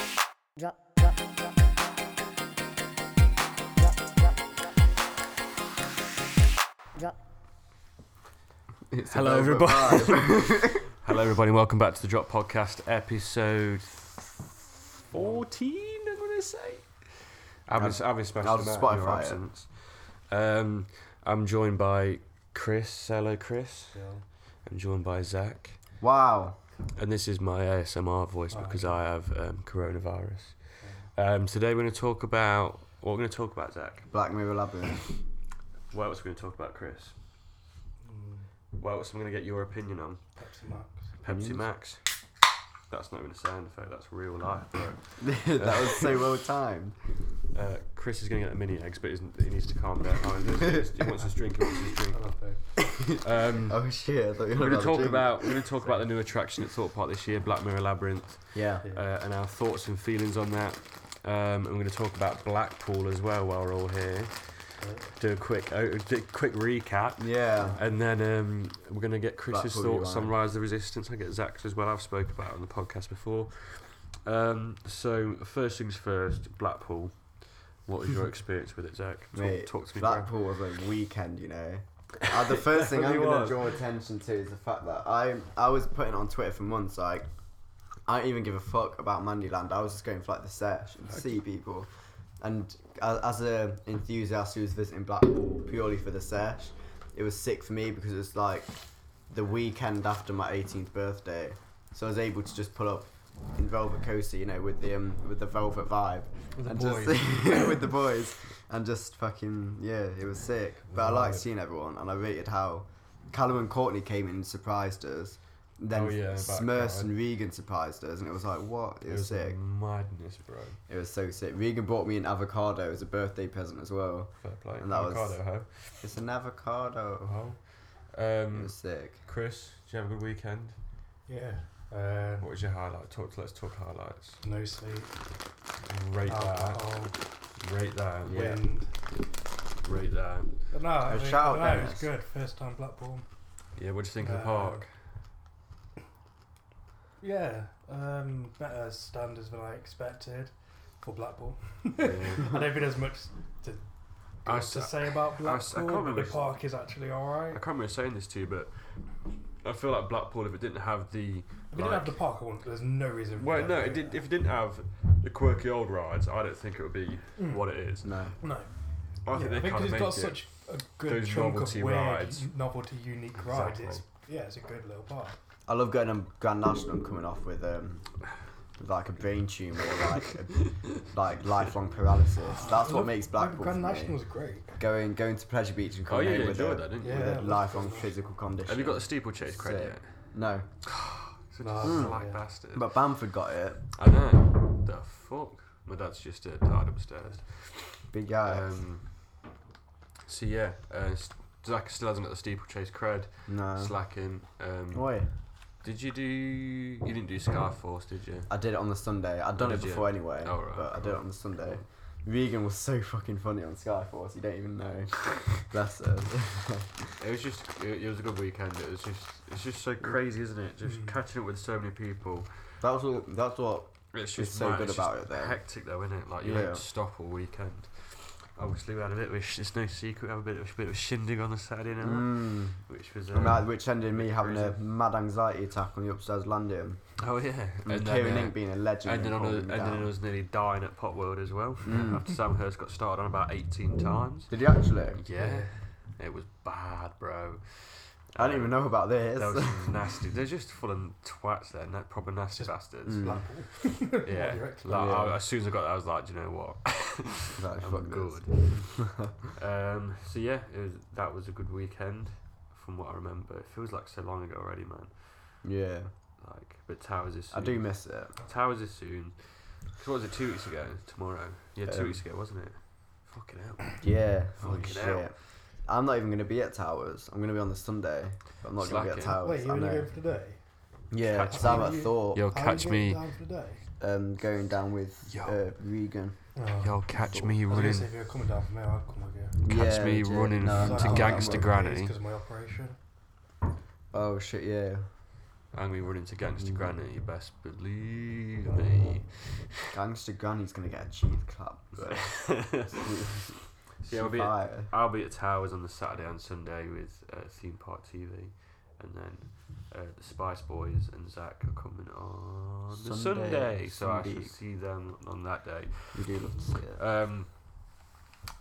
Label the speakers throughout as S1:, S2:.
S1: Drop, drop, drop. Drop, drop, drop. Drop.
S2: It's a
S3: Hello,
S2: velvet
S3: Hello, everybody, and welcome back to the Drop Podcast, episode 14, I'm going to say. I've been, I've been smashing
S2: I'll just
S3: about in your
S2: Spotify it.
S3: absence. Um, I'm joined by Chris. Hello, Chris. I'm joined by Zach.
S2: vibe. Wow.
S3: And this is my ASMR voice because I have um, coronavirus. Um, today, we're going to talk about. What we're going to talk about, Zach?
S2: Black Mirror Labyrinth.
S3: What else are we going to talk about, Chris? Mm. What else am I going to get your opinion on?
S4: Pepsi Max.
S3: Pepsi Max. That's not even a sound effect. That's real life, bro.
S2: that was so well timed.
S3: Uh, Chris is going to get the mini eggs, but isn't, he needs to calm down. Oh, he does. he wants his drink. He wants his
S4: I
S3: drink.
S4: love those.
S3: Um,
S2: Oh shit! I thought you
S3: we're
S2: were
S3: going to talk
S2: drink.
S3: about we're going to talk about the new attraction at Thought Park this year, Black Mirror Labyrinth,
S2: yeah.
S4: Yeah.
S3: uh, and our thoughts and feelings on that. Um, and we're going to talk about Blackpool as well while we're all here. Do a quick oh, do a quick recap.
S2: Yeah.
S3: And then um, we're going to get Chris's
S2: Blackpool, you
S3: thoughts
S2: are.
S3: on Rise of the Resistance. I get Zach's as well. I've spoke about it on the podcast before. Um, so first things first, Blackpool. What was your experience with it, Zach? Talk,
S2: Mate,
S3: talk to me. bro.
S2: Blackpool was a weekend, you know. Uh, the first thing I'm
S3: Definitely
S2: going to
S3: was.
S2: draw attention to is the fact that I I was putting it on Twitter for months, like I don't even give a fuck about Mandyland. I was just going for like the sesh and see people, and as, as a enthusiast who was visiting Blackpool purely for the sesh, it was sick for me because it was like the weekend after my 18th birthday, so I was able to just pull up in Velvet Coaster, you know, with the um, with the Velvet vibe,
S4: With the
S2: and just- with the boys, and just fucking yeah, it was sick. But I liked
S4: Vibe.
S2: seeing everyone, and I rated how Callum and Courtney came in and surprised us. Then
S3: Oh, yeah, about
S2: Smurfs
S3: that.
S2: and Regan surprised us, and it was like, what? It
S3: It
S2: was,
S3: was
S2: sick.
S3: madness, bro.
S2: It was so sick. Regan bought me an avocado as a birthday present as well.
S3: Fair play.
S2: And that was-
S3: Avocado, ho.
S2: It's an avocado.
S3: Ho.
S2: It
S3: Um,
S2: was sick.
S3: Chris, did you have a good weekend?
S4: Yeah. Uh,
S3: What was your highlight? Talk. Let's talk highlights.
S4: no sleep.
S3: Rate that.
S4: Alcohol.
S3: Rate that.
S2: Oh, Yeah.
S4: Wind.
S3: Rate that.
S4: But no, I
S2: A
S4: mean,
S2: shout,
S4: no, it was
S2: Dennis.
S4: good. First time Blackpool.
S3: Yeah. What do you think of the
S4: Uh,
S3: park?
S4: Yeah. Um, better standards than I expected for Blackpool. I don't think there's much to,
S3: I
S4: to
S3: s-
S4: say about
S3: I s- I can't
S4: Blackpool. but
S3: remember
S4: the
S3: if-
S4: park is actually
S3: I
S4: alright.
S3: can't remember saying this to you, but I feel like Blackpool, if it didn't have the
S4: If we didn't have
S3: like-
S4: the park, I wouldn't, there's no reason. for
S3: well,
S4: them
S3: no,
S4: to
S3: it
S4: do
S3: did,
S4: that.
S3: if it didn't have the quirky old rides, I don't think it would be
S4: Mm.
S3: what it is.
S2: No.
S4: No,
S3: I
S4: Yeah,
S3: think they
S4: I
S3: kind
S4: think because
S3: of
S4: it's
S3: make
S4: got
S3: it.
S4: such a good
S3: those
S4: chunk
S3: novelty
S4: of weird
S3: rides.
S4: n- novelty, unique rides. It's, yeah, it's a good little park.
S2: I love going on Grand National and coming off with um, with, like a brain tumor or like a, like lifelong paralysis. That's what
S4: Look,
S2: makes Blackpool.
S4: Grand
S2: for me.
S4: National's great.
S2: Going going to Pleasure Beach and
S3: Oh
S2: coming
S3: yeah,
S2: home
S3: you
S2: with
S3: enjoyed
S2: a,
S3: that, didn't you?
S4: Yeah.
S2: with a lifelong
S4: that's-
S2: physical condition.
S3: Have you got the steeplechase credit
S2: Sick.
S3: yet?
S2: No,
S3: Such
S4: No,
S3: a
S4: no,
S3: slack
S4: yeah.
S3: bastard.
S2: but Bamford got it.
S3: I know. The fuck. My dad's just uh, died upstairs.
S2: Big guy.
S3: Um, so yeah, uh, s- Zach still hasn't got the steeplechase cred.
S2: no.
S3: Slacking. Um,
S2: Oi,
S3: did you do? You didn't do Scarf Force, did you?
S2: I did it on the Sunday. I'd done it
S3: Did you?
S2: before anyway,
S3: Oh, right,
S2: but I did it
S3: cool.
S2: on the Sunday. Regan was so fucking funny on Skyforce. You don't even know. Bless her.
S3: It was just, it, it was a good weekend. It was just, it's just so crazy, isn't it? Just
S4: Mm.
S3: catching up with so many people.
S2: That was all, that's what
S3: It's
S2: is
S3: just
S2: so
S3: mad.
S2: good
S3: It's just
S2: about it. Though
S3: hectic though, isn't it? Like you
S2: Yeah.
S3: don't stop all weekend. Obviously, we had a bit. Of a sh- it's no secret. We had a bit of a bit of a shindig on the Saturday night,
S2: Mm.
S3: which was.
S2: And
S3: Um,
S2: that- which ended in me having a
S3: crazy.
S2: mad anxiety attack on the upstairs landing.
S3: oh yeah,
S2: And,
S3: and
S2: Mm, Kieran
S3: then.
S2: Link
S3: Uh,
S2: being a legend.
S3: Ended on,
S2: holding
S3: us,
S2: me
S3: ended
S2: down.
S3: on us nearly dying at Pot World as well.
S2: Mm.
S3: After Sam Hurst got started on about 18 times.
S2: Did he actually?
S3: Yeah, it was bad, bro.
S2: I didn't
S3: Um,
S2: even know about this.
S3: That was some nasty. They're just full of twats. They're not proper nasty
S4: Just-
S3: bastards.
S2: Mm.
S4: Blackpool.
S3: Yeah.
S4: What you
S3: Like,
S4: expect.
S3: I-
S2: Yeah.
S3: as soon as I got that, I was like, do you know what?
S2: Like,
S3: I'm
S2: fuck this.
S3: good. um, so yeah, it was, that was a good weekend, from what I remember. It feels like so long ago already, man.
S2: Yeah,
S3: Like, but towers is.
S2: I
S3: Soon.
S2: do miss it.
S3: Towers is soon. 'Cause What was it? Two weeks ago. Tomorrow. Yeah, two
S2: Um,
S3: weeks ago, wasn't it? Fucking hell.
S2: Yeah,
S3: Holy
S2: fucking
S3: hell.
S2: shit. I'm not even going to be at Towers. I'm going to be on the Sunday. But I'm not going to be
S3: Slacking.
S2: at Towers.
S4: Wait, you
S2: I
S4: only
S2: know.
S4: going for today?
S2: Yeah,
S3: Catch
S2: because I'm
S4: me.
S2: at Thorpe.
S3: Yo,
S4: Are you
S3: catch
S4: going
S3: me.
S4: Down for today?
S2: Um, going down with
S3: Yo.
S2: uh, Regan.
S4: Oh.
S3: Yo, catch
S4: I
S3: me
S4: was gonna
S3: running.
S4: say, if you were coming down from there, I'd come with you.
S3: Catch
S2: Yeah,
S3: me
S2: legit.
S3: running
S2: No,
S3: to
S2: no, no,
S3: Gangster
S2: no.
S3: Granny.
S4: because of my operation.
S2: Oh shit, yeah.
S3: and we run into Gangster Granny. You best believe me.
S2: Gangster Granny's gonna get a cheese clap. but
S3: yeah, we'll
S2: she
S3: be at,
S2: fire.
S3: I'll be at Towers on the Saturday and Sunday with uh, Theme Park TV, and then uh, the Spice Boys and Zach are coming on the Sunday,
S2: Sunday,
S3: so I
S2: Sunday.
S3: should see them on that day.
S2: We do love to see it.
S3: Um,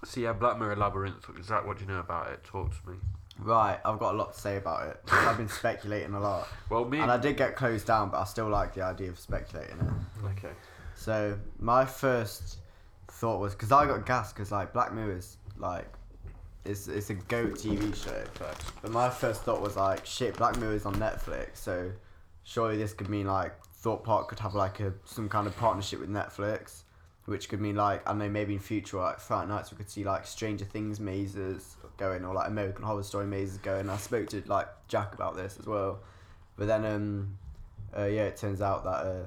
S3: so yeah, Black Mirror Labyrinth. Zach, what do you know about it? Talk to me.
S2: Right, I've got a lot to say about it. I've been speculating a lot,
S3: Well, me.
S2: and I did get closed down, but I still like the idea of speculating it.
S3: okay.
S2: So my first thought was because I got gassed because like Black Mirror is like it's it's a go TV show, but my first thought was like shit, Black Mirror is on Netflix, so surely this could mean like Thought Park could have like a some kind of partnership with Netflix, which could mean like I don't know maybe in future like Friday nights we could see like Stranger Things mazes going or like American Horror Story mazes going. I spoke to like Jack about this as well, but then um uh, yeah it turns out that uh,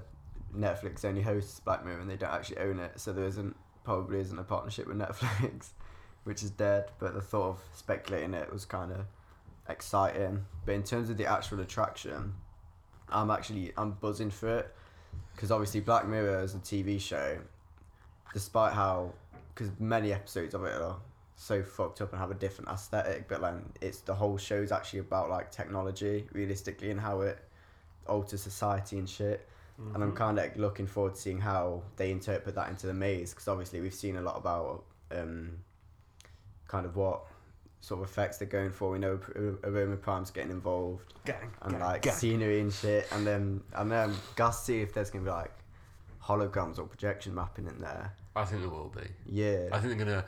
S2: Netflix only hosts Black Mirror and they don't actually own it, so there isn't probably isn't a partnership with Netflix, which is dead. But the thought of speculating it was kind of exciting. But in terms of the actual attraction, I'm actually I'm buzzing for it because obviously Black Mirror is a TV show, despite how because many episodes of it are so fucked up and have a different aesthetic, but like it's the whole show's actually about like technology realistically and how it alters society and shit. And
S4: Mm-hmm.
S2: I'm kind of looking forward to seeing how they interpret that into the maze because obviously we've seen a lot about um, kind of what sort of effects they're going for. We know P- uh, Roman Prime's getting involved
S4: Gang.
S2: and
S4: gang,
S2: like
S4: gang.
S2: scenery and shit, and then and then Gus see if there's gonna be like holograms or projection mapping in there.
S3: I think there will be. I
S2: Yeah,
S3: think they're gonna.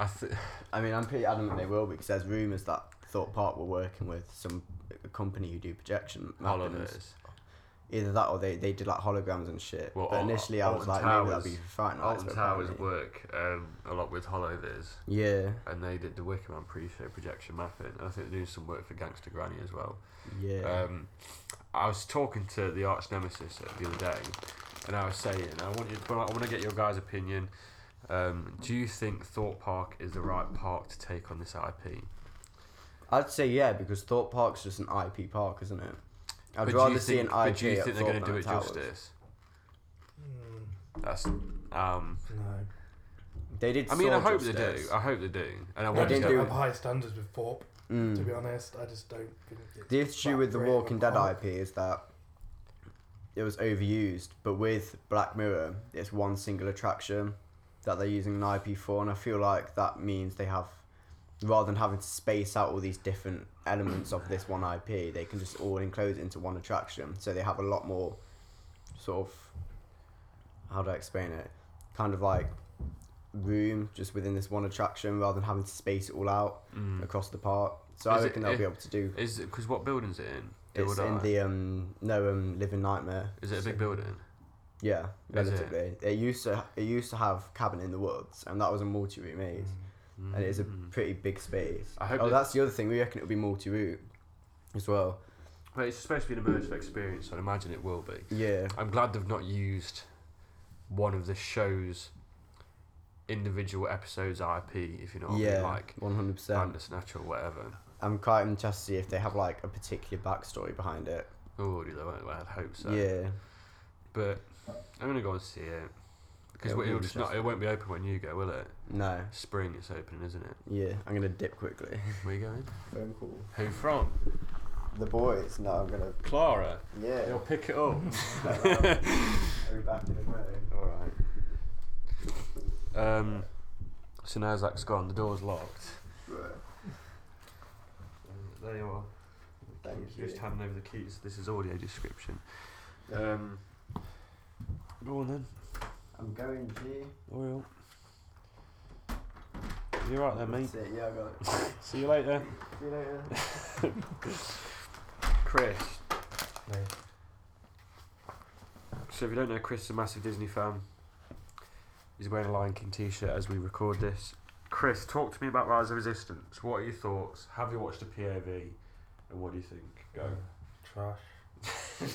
S3: I think.
S2: I mean I'm pretty adamant they will because there's rumors that Thought Park were working with some a company who do projection mapping. and s-
S3: Holidays.
S2: Either that or they, they did like holograms and shit.
S3: Well,
S2: but
S3: Al-
S2: initially I was
S3: Alton
S2: like maybe that'd
S3: Towers-
S2: be Fright Nights.
S3: Alton
S2: but
S3: Towers
S2: apparently-
S3: work um, a lot with Holoviz,
S2: Yeah,
S3: and they did the Wicker Man pre-show projection mapping. And I think they're doing some work for Gangster Granny as well.
S2: yeah.
S3: Um, I was talking to the arch nemesis the other day, and I was saying, I want you, but I want to get your guys' opinion. Um, do you think Thought Park is the right park to take on this IP?
S2: I'd say yeah because Thought Park's just an IP park, isn't it? I'd
S3: But do
S2: rather
S3: you
S2: see an
S3: think-
S2: IP.
S3: But do you
S2: at
S3: think they're going
S2: Thought
S3: to do it uh,
S2: Towers.
S3: justice?
S4: Mm,
S3: That's. Um,
S4: no.
S2: They did.
S3: I mean, I
S2: sort
S3: hope
S2: justice.
S3: they do. I hope they do, and I
S4: I
S3: want to
S2: didn't
S4: just don't
S2: do
S3: do
S4: have
S2: it.
S4: high standards with Thorpe,
S2: Mm.
S4: to be honest. I just don't think it's
S2: The issue with the
S4: that great
S2: Walking
S4: of a
S2: Dead
S4: park.
S2: IP is that it was overused, but with Black Mirror, it's one single attraction that they're using an IP for, and I feel like that means they have, rather than having to space out all these different elements of this one IP, they can just all enclose it into one attraction. So they have a lot more sort of, how do I explain it? Kind of like room just within this one attraction rather than having to space it all out
S3: Mm.
S2: across the park. So
S3: Is
S2: I
S3: it-
S2: reckon they'll
S3: eh,
S2: be able to do
S3: Is because what building's it in?
S2: it's
S3: Build
S2: in
S3: I?
S2: the um no um living nightmare.
S3: Is it a
S2: So-
S3: big building?
S2: Yeah,
S3: Is it?
S2: relatively. It? used to it used to have cabin in the woods, and that was a multi route maze,
S4: Hmm.
S2: and it's a
S3: Mm.
S2: pretty big space.
S3: I hope
S2: oh,
S3: that-
S2: that's the other thing. We reckon it'll be multi route as well.
S3: But it's supposed to be an immersive experience, so I imagine it will be.
S2: Yeah,
S3: I'm glad they've not used one of the show's individual episodes IP, if you know what I mean,
S2: yeah,
S3: like
S2: one hundred percent.
S3: Bandersnatch or whatever.
S2: I'm quite interested to see if they have like a particular backstory behind it.
S3: Oh, do they? won't they? I'd hope so.
S2: yeah,
S3: But I'm gonna go and see it because
S2: It'll
S3: it'll,
S2: be
S3: just not. It
S2: interesting.
S3: won't be open when you go, will it?
S2: no,
S3: Spring, it's opening, isn't it?
S2: yeah. I'm gonna dip quickly.
S3: Where you going?
S2: Phone call.
S3: Who from?
S2: The boys. No, I'm gonna.
S3: Clara.
S2: Yeah.
S3: You'll pick it up.
S2: I'll be back in a minute.
S3: All right. Um, so now Zach's gone. The door's locked.
S2: Right.
S3: There you are.
S2: Thank
S3: Keys,
S2: you.
S3: Just handing over the keys. This is audio description. Um, go on then.
S2: I'm going G.
S3: Oriel. You're right there, mate.
S2: That's it, Yeah, I got it.
S3: See you later.
S2: See you later.
S3: Chris.
S4: No.
S3: So if you don't know, Chris is a massive Disney fan. He's wearing a Lion King t-shirt as we record this. Chris, talk to me about Rise of Resistance. What are your thoughts? Have you watched the POV? And what do you think? Go.
S4: Trash.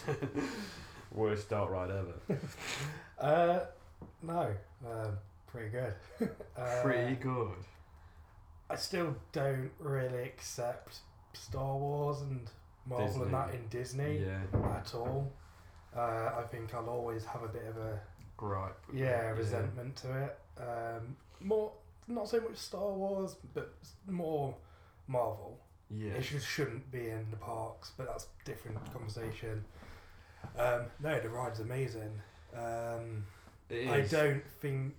S3: Worst start right ever.
S4: Uh, no. Um, pretty good. uh,
S3: Pretty good.
S4: I still don't really accept Star Wars and Marvel
S3: Disney.
S4: and that in Disney
S3: Yeah.
S4: at all. Uh, I think I'll always have a bit of a
S3: Gripe. with
S4: yeah,
S3: it,
S4: resentment to it. Um, more, not so much Star Wars, but s- more Marvel.
S3: Yeah.
S4: It just shouldn't be in the parks, but that's different conversation. Um, no, the ride's amazing. Um,
S3: It
S4: I
S3: is.
S4: don't think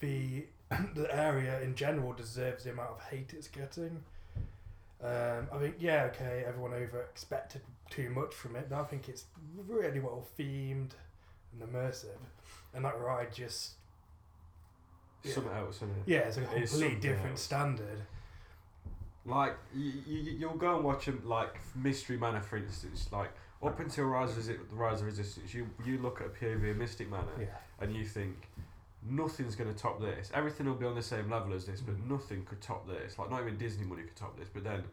S4: the the area in general deserves the amount of hate it's getting. Um, I think yeah, okay, everyone over expected too much from it, but I think it's really well themed and immersive, and that ride just yeah.
S3: Something else, isn't it?
S4: yeah, it's a
S3: It's
S4: completely
S3: something
S4: different
S3: else.
S4: standard.
S3: Like you, you, you'll go and watch 'em, like Mystery Manor, for instance. Like up until Rise of, Resi- Rise of Resistance, you you look at a POV of Mystic Manor
S4: Yeah,
S3: and you think nothing's going to top this. Everything will be on the same level as this, but nothing could top this. Like not even Disney money could top this. But then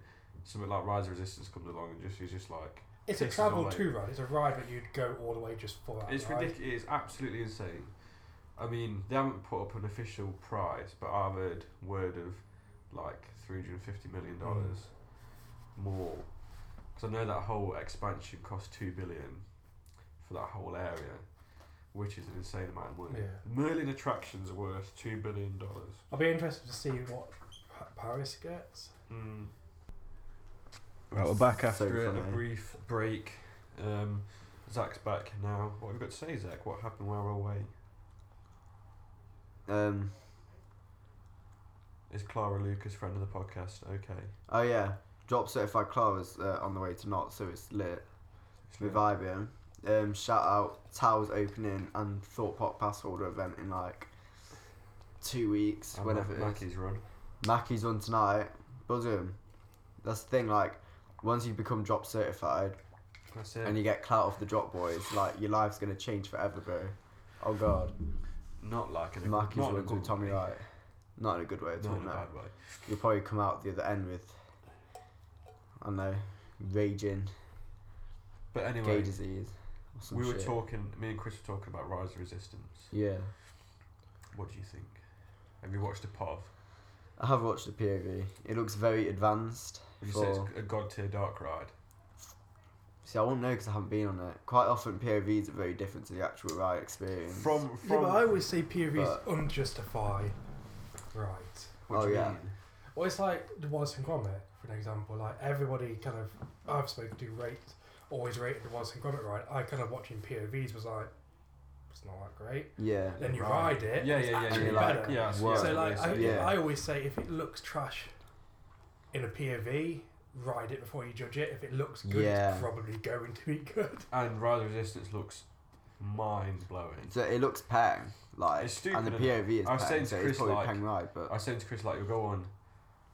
S3: something like Rise of Resistance comes along and just is just like
S4: it's
S3: This
S4: a
S3: is
S4: travel
S3: all right.
S4: to ride. It's a ride that you'd go all the way just for that.
S3: It's
S4: ride.
S3: ridiculous. It's absolutely insane. I mean, they haven't put up an official price, but I've heard word of like three hundred and fifty million dollars more. Because I know that whole expansion cost two billion for that whole area, which is an insane amount of money.
S4: Yeah.
S3: Merlin attractions are worth two billion dollars.
S4: I'll be interested to see what Pa- Paris gets.
S3: Mm. Right, we're back
S2: So
S3: after a, a
S2: funny.
S3: brief break. Um, Zach's back now. What have you got to say, Zach? What happened while we're away?
S2: Um.
S3: Is Clara Lucas friend of the podcast? Okay.
S2: Oh yeah. Drop certified Clara's uh, on the way to not, so it's lit. Revivium. Um. Shout out Towers opening and Thought Pop Pass Holder event in like two weeks,
S3: And
S2: whenever
S3: Mac-
S2: it is.
S3: Mackie's Ah, run.
S2: Mackie's on tonight. Buzz him. That's the thing. Like, once you become drop certified
S3: That's it.
S2: and you get clout off the drop boys, like your life's gonna change forever, bro. Oh god.
S3: not like in a
S2: Mackie's
S3: not in a
S2: runs with
S3: good
S2: Tommy
S3: way.
S2: Wright. Not in a good way at
S3: Not
S2: all.
S3: in a
S2: No.
S3: bad way.
S2: You'll probably come out the other end with, I don't know, raging
S3: But anyway,
S2: gay disease. Or some
S3: we were
S2: shit.
S3: talking. Me and Chris were talking about Rise of Resistance.
S2: Yeah,
S3: What do you think? Have you watched a POV?
S2: I have watched the POV. It looks very advanced.
S3: You
S2: for...
S3: said it's a god tier dark ride.
S2: See, I won't know because I haven't been on it. Quite often, POVs are very different to the actual ride experience. Oh,
S3: From
S4: Yeah,
S3: from.
S4: but I always say POV is
S2: but-
S4: unjustified. Right.
S3: What do
S2: Oh,
S3: you
S2: yeah.
S3: mean?
S4: Well, it's like the Wallace and Gromit, for an example. Like everybody kind of I've spoken to rate always rated the Wallace and Gromit ride. I kind of watching POVs was like, it's not that great.
S2: yeah,
S4: Then you
S3: Right.
S4: ride it.
S3: Yeah,
S4: it's
S3: yeah, yeah,
S4: actually
S3: yeah.
S2: like-
S4: better.
S3: yeah,
S2: Wow.
S4: So like I,
S2: Yeah.
S4: I always say, if it looks trash in a POV, ride it before you judge it. If it looks good,
S2: Yeah.
S4: it's probably going to be good.
S3: and Rise of Resistance looks mind blowing.
S2: so it looks peng. Like,
S3: It's stupid,
S2: and the
S3: isn't it?
S2: POV is
S3: I was saying
S2: peng,
S3: to
S2: so
S3: Chris,
S2: it's probably
S3: like-
S2: peng ride, but
S3: I said to Chris like you'll go on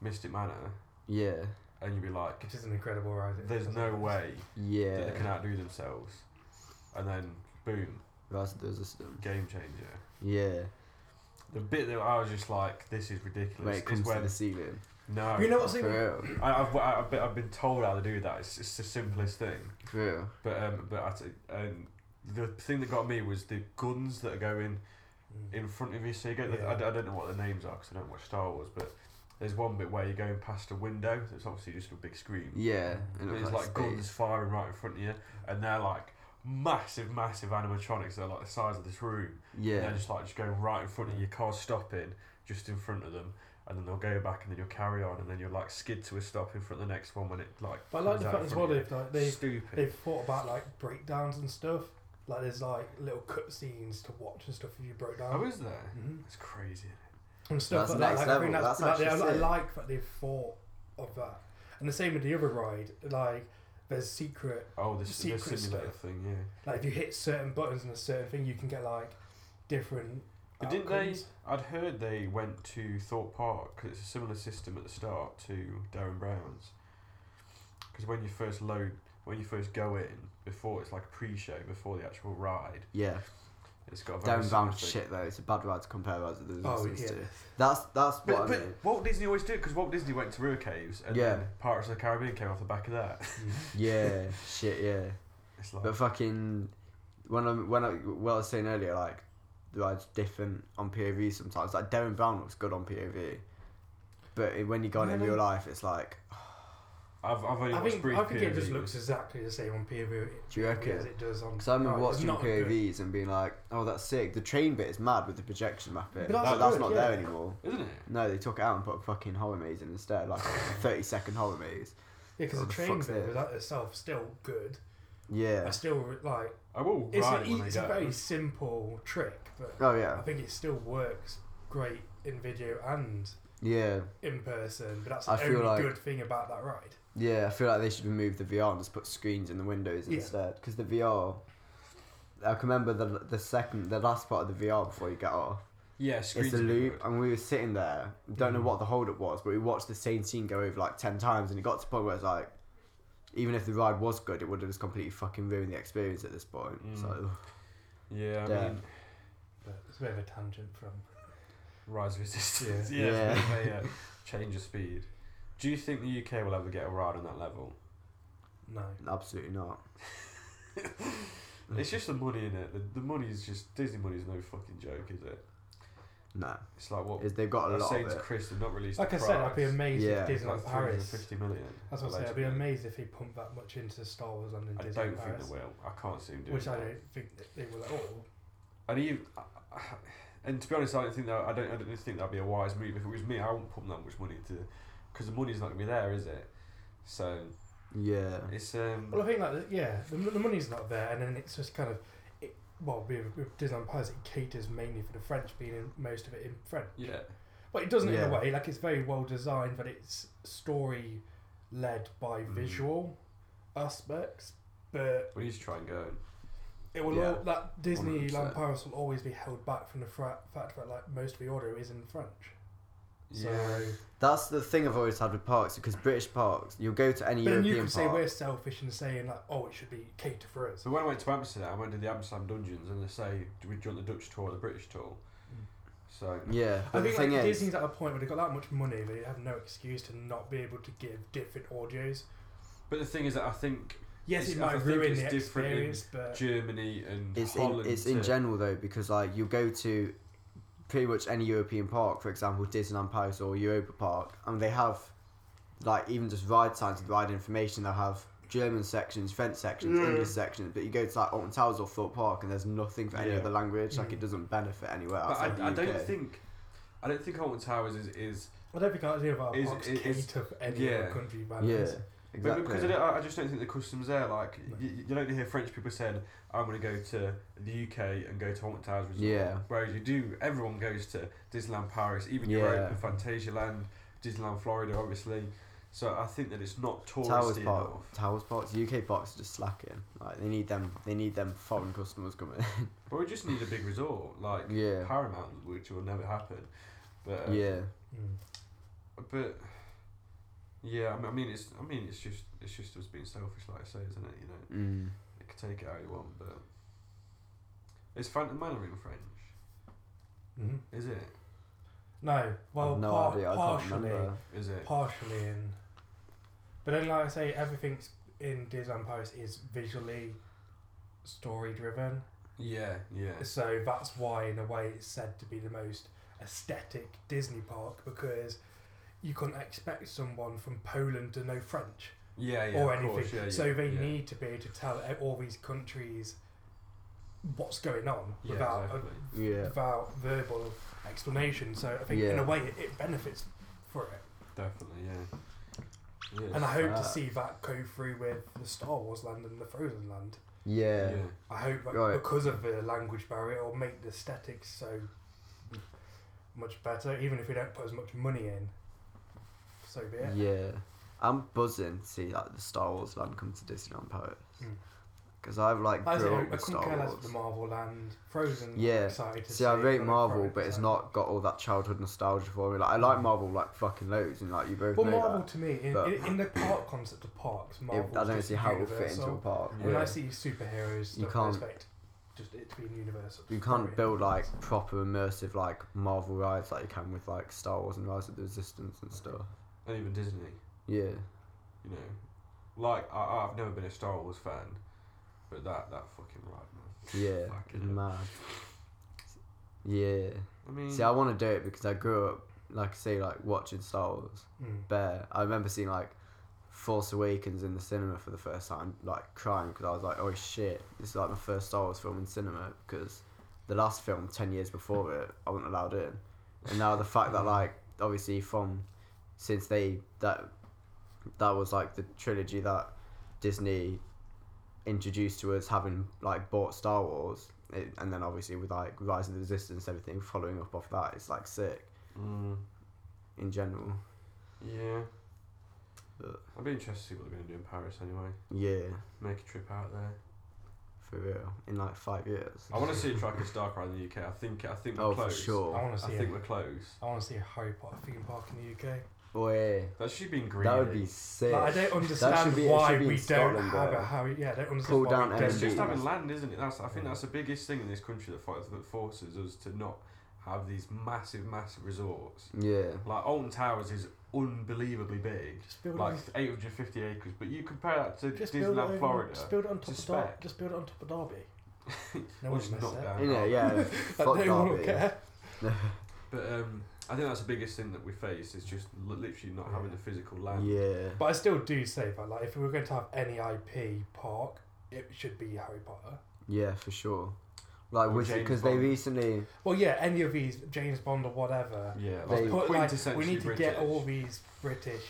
S3: Mystic Manor
S2: yeah,
S3: and you'll be like,
S4: Which is an incredible ride. It
S3: there's
S4: is.
S3: no way that
S2: yeah.
S3: they can outdo themselves, and then boom,
S2: Rise of the Resistance.
S3: game changer.
S2: Yeah,
S3: The bit that I was just like, this is
S2: when
S3: ridiculous.
S2: it comes
S3: is
S2: to
S3: when
S2: the ceiling.
S3: no,
S4: You know what's
S2: For
S4: even
S2: real,
S3: I, I've, I've been, I've been told how to do that. It's, it's the simplest thing.
S2: for real.
S3: But um, but I t- um, the thing that got me was the guns that are going in front of you. So you go,
S4: Yeah.
S3: I, I don't know what the names are because I don't watch Star Wars. But there's one bit where you're going past a window. That's obviously just a big screen.
S2: Yeah, it
S3: But
S2: looks
S3: it's
S2: like,
S3: like
S2: space.
S3: guns firing right in front of you, and they're like massive, massive animatronics. They're like the size of this room. And
S2: Yeah,
S3: they're just like just going right in front of you, your car stopping just in front of them, and then they'll go back and then you'll carry on and then you'll like skid to a stop in front of the next one when it like.
S4: But I
S3: comes
S4: like the
S3: out
S4: fact
S3: in
S4: as well
S3: front of
S4: they've like
S3: you.
S4: they've
S3: stupid.
S4: they've thought about like breakdowns and stuff. Like there's like little cutscenes to watch and stuff if you broke down.
S3: I was Oh, there.
S4: Mhm.
S3: It's crazy.
S4: and stuff
S2: That's
S4: like
S2: next
S4: that. Like, I, think
S2: level,
S4: that's,
S2: that's
S4: like,
S2: actually
S4: I, I
S2: sick.
S4: like that they've thought of that. And the same with the other ride. Like there's secret.
S3: Oh, this the
S4: Secret
S3: simulator
S4: stuff.
S3: thing, yeah.
S4: Like if you hit certain buttons and a certain thing, you can get like different.
S3: But didn't they?
S4: outcomes.
S3: I'd heard they went to Thorpe Park because it's a similar system at the start to Darren Brown's. Because when you first load, when you first go in, before it's like a pre-show, before the actual ride,
S2: yeah.
S3: it's got a very
S2: Darren
S3: similar
S2: Brown's
S3: thing.
S2: shit though. It's a bad ride to compare Rise of the
S4: Oh,
S2: Resistance
S4: yeah.
S2: to. That's that's what
S3: But,
S2: I
S3: but
S2: mean.
S3: Walt Disney always did because Walt Disney went to Rua Caves and
S2: Yeah.
S3: then Pirates of the Caribbean came off the back of that.
S2: Yeah, shit, yeah.
S3: It's like
S4: Oh.
S2: But fucking when I when I what I was saying earlier, like the ride's different on POV sometimes. Like Darren Brown looks good on POV, but i- when you go on it in
S4: Yeah.
S2: real life, it's like
S3: I've, I've only
S4: I
S3: watched
S4: think,
S3: brief
S4: I think it
S3: POV.
S4: just looks exactly the same on POV
S2: Do you reckon?
S4: as Oh, it does on.
S2: Because I remember
S4: oh, it's
S2: watching
S4: not good.
S2: POVs and being like, "Oh, that's sick." The train bit is mad with the projection mapping.
S4: But that's
S2: That- that's
S4: good,
S2: not
S4: yeah.
S2: there anymore.
S3: isn't it?
S2: No, they took it out and put a fucking horror maze in instead, like a thirty-second horror maze.
S4: Yeah, because
S2: Oh,
S4: the
S2: the
S4: train
S2: fuck's
S4: bit
S2: this?
S4: was that itself still good. I
S2: Yeah.
S4: still re- like
S3: I will
S4: it's,
S3: write
S4: a, e,
S3: when I
S4: it's a
S3: get
S4: very
S3: it.
S4: simple trick, but
S2: Oh
S4: I
S2: yeah.
S4: think it still works great in video and
S2: Yeah.
S4: in person. But that's
S2: I
S4: the
S2: feel
S4: only
S2: like-
S4: good thing about that ride.
S2: Yeah. I feel like they should remove the VR and just put screens in the windows
S4: Yeah.
S2: instead. Because the VR, I can remember the the second, the last part of the VR before you get off.
S3: Yeah,
S2: It's
S3: screens
S2: a
S3: are
S2: loop,
S3: good. Mm.
S2: and we were sitting there. Don't know what the hold up was, but we watched the same scene go over like ten times, and it got to the point where it's like, even if the ride was good, it would have just completely fucking ruined the experience at this point.
S3: Mm.
S2: So
S3: Yeah, I
S2: Yeah.
S3: mean,
S4: But it's a bit of a tangent from.
S3: Rise of Resistance.
S2: Yeah.
S3: Yeah, it's a
S2: Yeah.
S3: bit of a, uh, change of speed. Do you think the UK will ever get a ride on that level?
S4: No.
S2: absolutely not. Mm.
S3: It's just the money in it. The, the money's just Disney money's no fucking joke, is it?
S2: No,
S3: It's like what
S2: is they've got
S3: I
S2: a
S3: was
S2: lot
S3: saying
S2: of
S3: to
S2: it.
S3: Chris they've not released.
S4: Like
S3: the
S4: I said,
S3: price.
S4: I'd be amazed
S2: Yeah,
S4: if
S3: It's
S4: Disneyland
S3: like
S4: Paris.
S3: 350 million.
S4: That's what I say. I'd be
S3: allegedly.
S4: amazed if he pumped that much into Star Wars and
S3: I
S4: Disneyland
S3: don't think
S4: Paris,
S3: they will. I can't see them doing
S4: which I
S3: that.
S4: don't think that they will at all.
S3: And even, and to be honest, I don't think that I don't I don't think that'd be a wise move. If it was me, I wouldn't pump that much money into, because the money's not gonna be there, is it? So
S2: Yeah,
S3: it's um.
S4: Well, I think like yeah, the, the money's not there, and then it's just kind of, it, well, with, with Disneyland Paris, it caters mainly for the French, being in, most of it in French.
S3: yeah,
S4: But it doesn't in a
S2: Yeah.
S4: way. Like it's very well designed, but it's story led by
S3: Mhm.
S4: visual aspects. But
S3: we need to try and go.
S4: it will
S2: Yeah.
S4: all, that Disneyland
S2: 100%.
S4: Paris will always be held back from the fra- fact that like most of the audio is in French. So,
S3: Yeah.
S2: that's the thing I've always had with parks because British parks, you'll go to any
S4: but then you
S2: European
S4: can say we're
S2: park.
S4: selfish in saying like, oh, it should be catered for us.
S3: So when I went to Amsterdam, I went to the Amsterdam Dungeons, and they say, "Do we do you want the Dutch tour or the British tour?"
S4: Mm.
S3: So
S2: Yeah, but
S4: I
S2: the
S4: think like
S2: thing is,
S4: Disney's at a point where they've got that much money, they have no excuse to not be able to give different audios.
S3: But the thing is that I think
S4: Yes,
S3: It's-
S4: it
S3: I
S4: might
S3: think
S4: ruin
S3: it's
S4: the
S3: different in
S4: experience, but
S3: Germany and
S2: it's in,
S3: Holland.
S2: it's in
S3: uh,
S2: general though because like you go to pretty much any European park, for example Disneyland Paris or Europa Park, and they have like even just ride signs with ride information. They'll have German sections, French sections,
S4: Yeah.
S2: English sections, but you go to like Alton Towers or Thorpe Park and there's nothing for any
S3: Yeah.
S2: other language. Like
S4: Mm.
S2: it doesn't benefit anywhere
S3: But
S2: else.
S3: I,
S2: like the
S3: I don't
S2: UK.
S3: think I don't think Holton Towers is is
S4: I don't think either of our
S3: Is-
S4: parks
S3: is- is-
S4: cater for any
S3: yeah.
S4: other country.
S2: Yeah,
S4: values.
S3: But
S2: exactly.
S3: Because I, don't, I just don't think the customs there. Like
S4: No.
S3: you, you don't hear French people saying, "I'm going to go to the UK and go to Haunted Towers." Resort.
S2: Yeah.
S3: Whereas you do, everyone goes to Disneyland Paris, even
S2: Yeah.
S3: Europa, Fantasyland, Disneyland Florida, obviously. So I think that it's not touristy
S2: Towers Park,
S3: enough.
S2: Towers Parks, UK parks are just slacking. Like they need them, they need them foreign customers coming.
S3: But we just need a big resort like
S2: Yeah.
S3: Paramount, which will never happen. But uh,
S2: yeah,
S4: Mm.
S3: But yeah, I mean, I mean, it's I mean, it's just it's just us being selfish, like I say, isn't it? You know.
S2: mm.
S3: You can take it how you want, but is Phantom Manor in French?
S4: Mhm.
S3: Is it?
S4: No, well,
S2: I've no
S4: par-
S2: idea. I can't
S4: partially,
S2: remember.
S3: Is it?
S4: partially in. But then, like I say, everything's in Disneyland Paris is visually story driven,
S3: Yeah, yeah,
S4: so that's why, in a way, it's said to be the most aesthetic Disney park because you couldn't expect someone from Poland to know French
S3: yeah, yeah.
S4: or
S3: of
S4: anything.
S3: course, yeah,
S4: so
S3: yeah,
S4: they
S3: yeah.
S4: need to be able to tell all these countries what's going on
S3: Yeah,
S4: without
S3: exactly.
S2: Yeah.
S4: without verbal explanation. So I think in
S2: Yeah.
S4: a way it, it benefits for it,
S3: definitely, yeah. yeah.
S4: and I hope
S2: Uh,
S4: to see that go through with the Star Wars land and the Frozen land.
S2: Yeah.
S4: I hope that
S2: Right.
S4: because of the language barrier, it'll make the aesthetics so much better, even if we don't put as much money in. So be
S2: yeah,
S4: it.
S2: I'm buzzing to see like the Star Wars land come to Disneyland Paris
S4: Mm.
S2: because I've like
S4: As I,
S2: grew
S4: I
S2: up with
S4: couldn't
S2: Star
S4: care less
S2: Wars.
S4: for the Marvel land, Frozen. I'm
S2: Yeah.
S4: excited to
S2: See, I
S4: see,
S2: rate
S4: I'm
S2: Marvel,
S4: quite
S2: but it's
S4: excited.
S2: not got all that childhood nostalgia for me. Like I like Marvel like fucking loads, and like you both
S4: Well,
S2: know
S4: Marvel to me, in,
S2: but-
S4: in, in the park concept of parks,
S2: that. It-
S4: Marvel.
S2: I don't see how it will fit into a park.
S3: Yeah.
S4: When I see superheroes,
S2: You
S4: stuff, I
S2: can't-
S4: expect just it to be universal.
S2: You
S4: Sorry.
S2: can't build like proper immersive like Marvel rides like you can with like Star Wars and Rise of the Resistance and stuff.
S3: And even Disney,
S2: Yeah,
S3: you know, like I, I've never been a Star Wars fan, but that that fucking ride, man.
S2: yeah,
S3: Fucking hell.
S2: mad. Yeah.
S3: I mean,
S2: See, I want to do it because I grew up, like I say, like watching Star Wars.
S4: Mm.
S2: Bear. I remember seeing like Force Awakens in the cinema for the first time, like crying because I was like, oh shit, this is like my first Star Wars film in cinema because the last film ten years before it, I wasn't allowed in, and now the fact that like obviously from since they that that was like the trilogy that Disney introduced to us having like bought Star Wars it, and then obviously with like Rise of the Resistance everything following up off that it's like sick
S3: Mm,
S2: in general
S3: yeah.
S2: But-
S3: I'd be interested to see what they're going to do in Paris anyway.
S2: yeah
S3: Make a trip out there.
S2: for real in like five years
S3: I want to see a track of Star Cry in the UK. I think I think we're
S2: oh for
S3: close.
S4: I
S2: sure
S4: want to
S3: I
S4: see.
S3: think
S4: A,
S3: we're close.
S4: I want to see a Harry Potter theme park in the UK.
S2: oh yeah
S3: That's just been greedy.
S2: that would be sick
S4: Like, I don't understand
S2: should be- it
S4: why
S2: should be in
S4: we
S2: Scotland,
S4: don't have
S2: though.
S4: a Harry. Yeah, I don't understand
S2: Pull
S4: why
S2: down
S4: we
S2: Airbnb.
S4: don't.
S3: It's just
S2: Yeah.
S3: having land, isn't it? That's I think
S4: Yeah.
S3: that's the biggest thing in this country that, fights, that forces us to not have these massive, massive resorts.
S2: yeah
S3: Like Alton Towers is unbelievably big,
S4: Just build
S3: like
S4: it.
S3: 850 acres. But you compare that to
S4: Just build, it
S3: Disneyland
S4: over,
S3: Florida,
S4: just build it on top
S3: It's
S4: of
S3: a
S4: Derby.
S3: spec.
S4: Just build it on top of Derby. No
S3: Or
S4: one's
S3: just
S4: missed
S3: knock
S4: it.
S3: down
S2: you know
S3: Derby.
S2: yeah fuck
S4: no one will
S2: Derby
S4: care.
S3: But um, I think that's the biggest thing that we face is just li- literally not having the physical land.
S2: yeah
S4: But I still do say that, like, if we were going to have any IP park, it should be Harry Potter.
S2: yeah for sure like
S3: Or
S2: was it
S3: James
S2: because they
S3: Bond.
S2: recently
S4: Well, yeah, any of these James Bond or whatever.
S3: Yeah,
S2: They-
S3: like
S4: Put, like,
S3: quintessentially
S4: we need to
S3: British.
S4: get all these British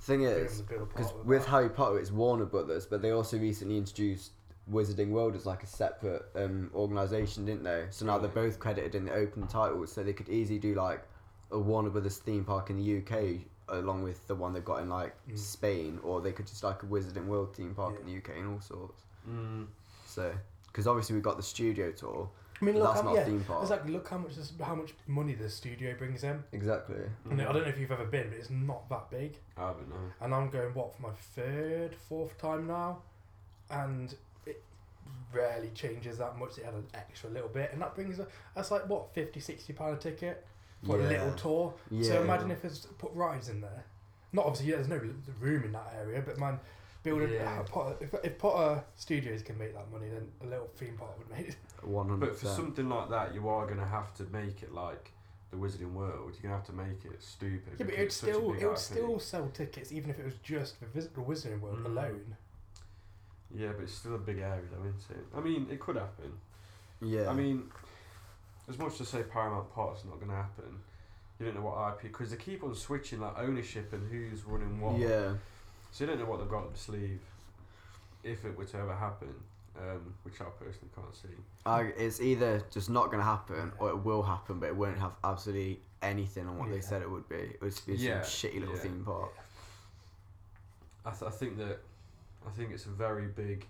S2: thing is
S4: films to build a
S2: Because
S4: park
S2: with
S4: that.
S2: Harry Potter, it's Warner Brothers, but they also recently introduced Wizarding World as like a separate um, organisation, didn't they? So now they're
S3: Right.
S2: both credited in the open titles, so they could easily do like a Warner Brothers theme park in the UK along with the one they've got in like
S4: Mm.
S2: Spain, or they could just like a Wizarding World theme park in the UK and all sorts.
S3: Mm,
S2: So, because obviously we've got the studio tour,
S4: I mean, look,
S2: that's
S4: how,
S2: not a
S4: yeah,
S2: theme park.
S4: exactly. Look how much this, how much money the studio brings in.
S2: Exactly.
S4: And
S3: Mm.
S4: I don't know if you've ever been, but it's not that big.
S3: I don't know.
S4: And I'm going what for my third, fourth time now, and it rarely changes that much. It had an extra little bit, and that brings that's like what 50, 60 pound a ticket for
S2: Yeah.
S4: a little tour.
S2: Yeah.
S4: So imagine if it's put rides in there. Not obviously yeah, there's no l- room in that area, but man, building
S3: Yeah.
S4: a Potter, if, if Potter Studios can make that money, then a little theme park would make it.
S2: 100%.
S3: But for something like that, you are going to have to make it like the Wizarding World. You're going to have to make it stupid.
S4: Yeah, but
S3: because
S4: it would
S3: it's such a
S4: still
S3: big
S4: it would
S3: IP.
S4: still sell tickets even if it was just the, visit, the Wizarding World
S3: Mm.
S4: alone.
S3: Yeah, but it's still a big area, though, isn't it? I mean, it could happen.
S2: yeah.
S3: I mean, as much to say Paramount Park's not going to happen, you don't know what IP because they keep on switching like ownership and who's running what.
S2: yeah.
S3: So you don't know what they've got up their sleeve if it were to ever happen, um, which I personally can't see.
S2: I, it's either just not going to happen or it will happen, but it won't have absolutely anything on what they
S4: Yeah.
S2: said it would be. It would just be
S3: Yeah,
S2: some shitty little
S3: yeah.
S2: theme park.
S3: I, th- I think that I think it's a very big,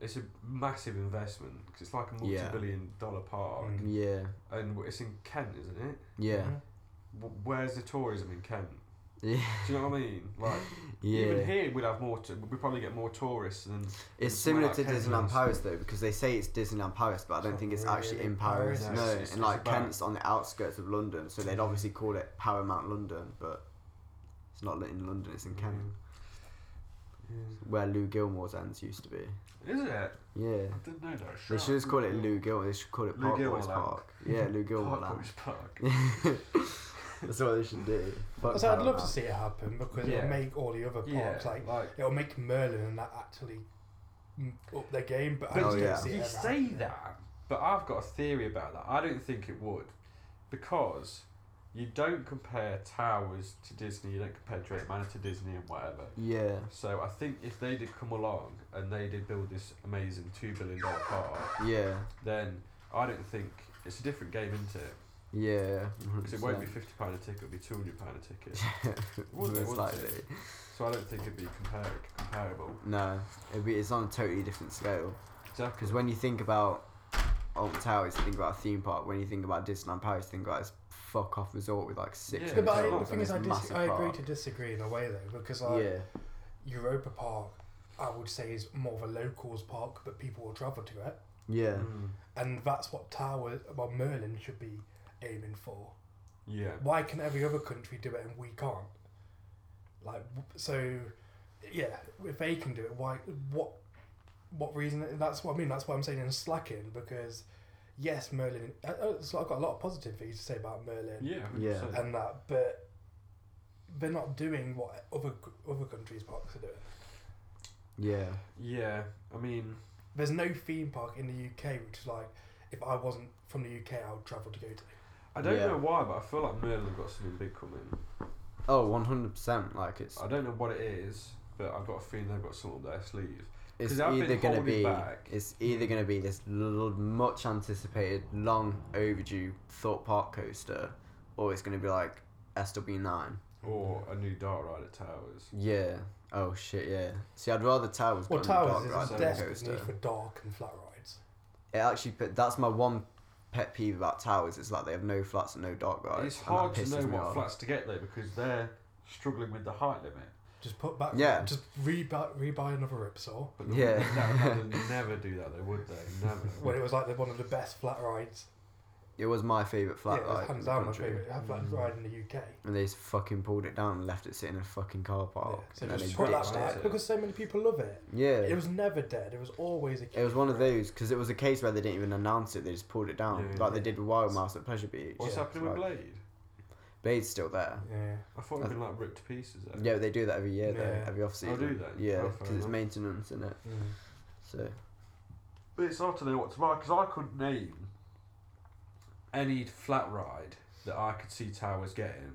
S3: it's a massive investment because it's like a
S2: Yeah.
S3: multi-billion dollar park,
S4: Mm.
S2: Yeah,
S3: and w- it's in Kent, isn't it?
S2: yeah,
S4: Mhm.
S3: W- Where's the tourism in Kent?
S2: yeah,
S3: Do you know what I mean? Like even
S2: yeah.
S3: here, we'd have more. T- we probably get more tourists than
S2: It's
S3: it's
S2: similar
S3: like
S2: to
S3: Kent's
S2: Disneyland
S3: own
S2: Paris though, because they say it's Disneyland Paris, but I
S4: It's
S2: don't
S4: not
S2: think it's
S4: really
S2: actually in
S4: Paris.
S2: Paris.
S3: No,
S2: No,
S3: it's just-
S2: and like
S3: it's about-
S2: Kent's on the outskirts of London, so they'd obviously call it Paramount London, but it's not in London. It's in Kent,
S3: Mm.
S2: where Lou Gilmore's ends used to be.
S3: Is it?
S2: Yeah.
S3: I didn't know that.
S2: They should just call it Lou Gilmore. They should call it
S3: Lou
S2: Park
S3: Gilmore
S2: Boys
S3: Land.
S2: Park. Yeah, Lou Gilmore
S3: Park
S2: Land.
S3: Boys Park.
S2: That's what they should do. Fuck
S4: So I'd love
S2: Paramount.
S4: to see it happen because
S3: Yeah.
S4: it'll make all the other
S3: Yeah,
S4: parks like
S3: like
S4: it'll make Merlin and that actually mm, up their game. But, I
S3: But
S4: just
S2: Oh,
S4: don't
S2: yeah.
S4: see it
S3: You
S4: ever
S3: say
S4: happening.
S3: that, but I've got a theory about that. I don't think it would, because you don't compare towers to Disney. You don't compare Drake Manor to Disney and whatever.
S2: Yeah,
S3: So I think if they did come along and they did build this amazing two billion dollar park,
S2: yeah,
S3: then I don't think it's a different game, isn't it?
S2: yeah.
S3: Because it won't be fifty pound a ticket; it'll be two hundred pound a ticket. Would they, wouldn't
S2: Most
S3: they?
S2: likely.
S3: So I don't think it'd be compar- comparable.
S2: No, it'd be, it's on a totally different scale.
S3: Exactly.
S2: Because when you think about Alton Towers, you think about a theme park. When you think about Disneyland Paris, you think about this fuck off resort with like six.
S3: Yeah,
S4: Yeah, but I,
S3: it's
S4: the
S2: hotels
S4: thing
S2: and
S4: is, I,
S2: this
S4: dis-
S2: massive
S4: I agree
S2: park.
S4: to disagree in a way though because like
S2: yeah,
S4: Europa Park, I would say is more of a locals park, but people will travel to it,
S2: yeah,
S3: Mm.
S4: and that's what Tower, well Merlin should be aiming for.
S3: Yeah.
S4: Why can every other country do it and we can't? Like w- so, yeah. If they can do it, why? What? What reason? That's what I mean. That's why I'm saying in slacking because, yes, Merlin. uh, uh, So I've got a lot of positive things to say about Merlin
S3: Yeah.
S2: Yeah.
S3: 100%.
S4: and that, but they're not doing what other other countries' parks are doing.
S2: Yeah.
S3: Yeah, I mean,
S4: There's no theme park in the UK which is like, if I wasn't from the UK, I would travel to go to.
S3: I don't
S2: Yeah.
S3: know why, but I feel like Merlin have got something big coming.
S2: Oh, 100%. Like, it's
S3: I don't know what it is, but I've got a feeling they've got something up their sleeve.
S2: it's
S3: 'Cause I've
S2: either
S3: been
S2: going to
S3: holding
S2: be
S3: back.
S2: it's either going to be this little much anticipated long overdue thought park coaster or it's going to be like SW9 uh,
S3: Or a new Dark Rider Towers.
S2: yeah oh shit yeah see I'd rather Towers
S4: Well,
S2: gone
S4: Towers
S2: than
S4: is
S2: Dark
S4: a
S2: Ride
S3: death
S4: desperate
S2: coaster
S4: need for dark and flat rides.
S2: it actually but that's my one pet peeve about Towers it's like they have no flats and no dark rides
S3: it's
S2: and that
S3: hard to know
S2: pisses me
S3: what
S2: off.
S3: flats to get though because they're struggling with the height limit.
S4: Just put back.
S2: Yeah.
S4: Just rebuy, rebuy another Ripsaw.
S3: But the,
S2: Yeah.
S3: that would never do that, they would they? Never.
S4: When it was like the, one of the best flat rides.
S2: it was my favourite flat
S4: yeah, it
S2: ride
S4: was
S2: in
S4: hands
S2: the
S4: down my
S2: country.
S4: favourite flat
S3: Mm.
S4: ride in the UK.
S2: and they just fucking pulled it down and left it sitting in a fucking car park
S4: yeah. So
S2: and
S4: just
S2: they
S4: put that
S2: ditched
S4: back
S2: it.
S4: because so many people love it.
S2: yeah
S4: It was never dead. It was always a.
S2: It was
S4: kid
S2: one of
S4: ride.
S2: those because it was a case where they didn't even announce it; they just pulled it down,
S3: Yeah.
S2: like they did with Wild Mouse at Pleasure Beach.
S3: What's
S4: Yeah,
S3: happening with
S2: like-
S3: Blade?
S2: Blade's still there.
S4: Yeah.
S3: I thought it'd been like ripped to pieces. eh? Though.
S2: Yeah, they do that every year, though,
S4: Yeah.
S2: every off season.
S3: do they?
S2: Yeah,
S3: Oh, fair
S2: because it's
S3: enough.
S2: maintenance in it.
S4: Mm.
S2: So
S3: But it's hard to know what to buy because I could name any flat ride that I could see Towers getting.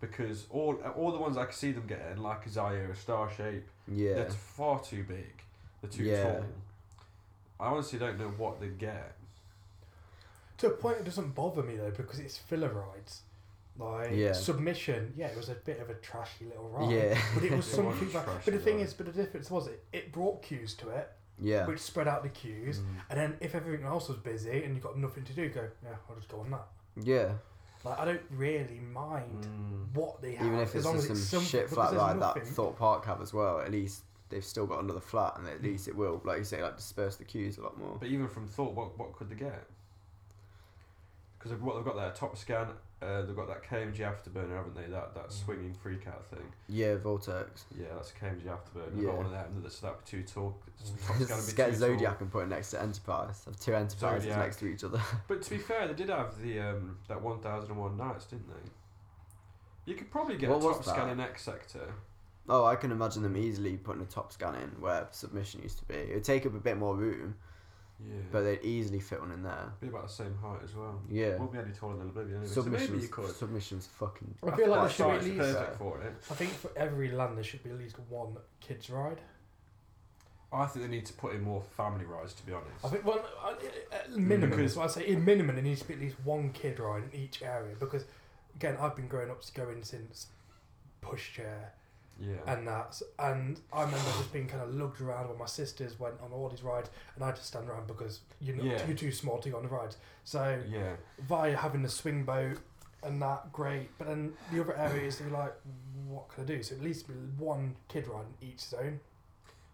S3: Because all all the ones I could see them getting, like a Zaire, Star Shape,
S2: yeah,
S3: they're far too big. They're too
S2: Yeah.
S3: tall. I honestly don't know what they'd get.
S4: To a point, it doesn't bother me though because it's filler rides. Like
S2: Yeah.
S4: submission, yeah, it was a bit of a trashy little ride.
S2: Yeah.
S4: but it was
S3: It was
S4: something. that-
S3: trashy,
S4: but the thing
S3: though.
S4: is, but the difference was it, it brought queues to it,
S2: yeah, Mm.
S4: which spread out the queues. And then if everything else was busy and you got nothing to do, go yeah, I'll just go on that.
S2: yeah.
S4: Like I don't really mind
S3: Mm.
S4: what they have,
S2: Even if
S4: as
S2: it's
S4: long
S2: just
S4: as it's
S2: some
S4: something,
S2: shit
S4: because
S2: flat
S4: there's
S2: like that
S4: nothing-
S2: Thought Park have as well. At least they've still got another flat, and at least it will, like you say, like disperse the queues a lot more.
S3: But even from thought, what what could they get? Because what they've got there, top scan, uh, they've got that KMG afterburner, haven't they? That that
S4: Mm.
S3: swinging freak out thing.
S2: Yeah, Vortex.
S3: Yeah, that's a KMG afterburner. I've
S2: Yeah.
S3: got one of them that's that too tall.
S4: Mm.
S3: Top's gonna
S2: Just
S3: be
S2: get
S3: too
S2: Zodiac and put it next to Enterprise. Have two Enterprises
S3: Zodiac.
S2: next to each other.
S3: Tall. But to be fair, they did have the um, that 1001 Nights, didn't they? You could probably get
S2: What
S3: a
S2: was
S3: top
S2: that?
S3: scan in X sector.
S2: Oh, I can imagine them easily putting a top scan in where submission used to be. It would take up a bit more room,
S3: Yeah.
S2: but they'd easily fit one in there.
S3: be about the same height as well.
S2: Yeah.
S3: Won't be any taller than Oblivion. Anyway. So maybe
S2: Submissions,
S3: you could.
S2: submissions fucking.
S4: I feel like
S2: Right,
S4: there should be at
S3: Size is
S4: least.
S3: perfect for it.
S4: I think for every land there should be at least one kids ride.
S3: I think they need to put in more family rides, to be honest.
S4: I think one uh, at minimum.
S3: Because-
S4: Because I say in minimum, it needs to be at least one kid ride in each area. Because again, I've been growing up going since pushchair
S3: yeah.
S4: and that, and I remember just being kind of lugged around when my sisters went on all these rides, and I just stand around because you're not,
S3: Yeah.
S4: you're too small to get on the rides. So
S3: yeah.
S4: via having the swing boat and that, great. But then the other areas, they're like, what can I do? So at least be one kid ride in each zone.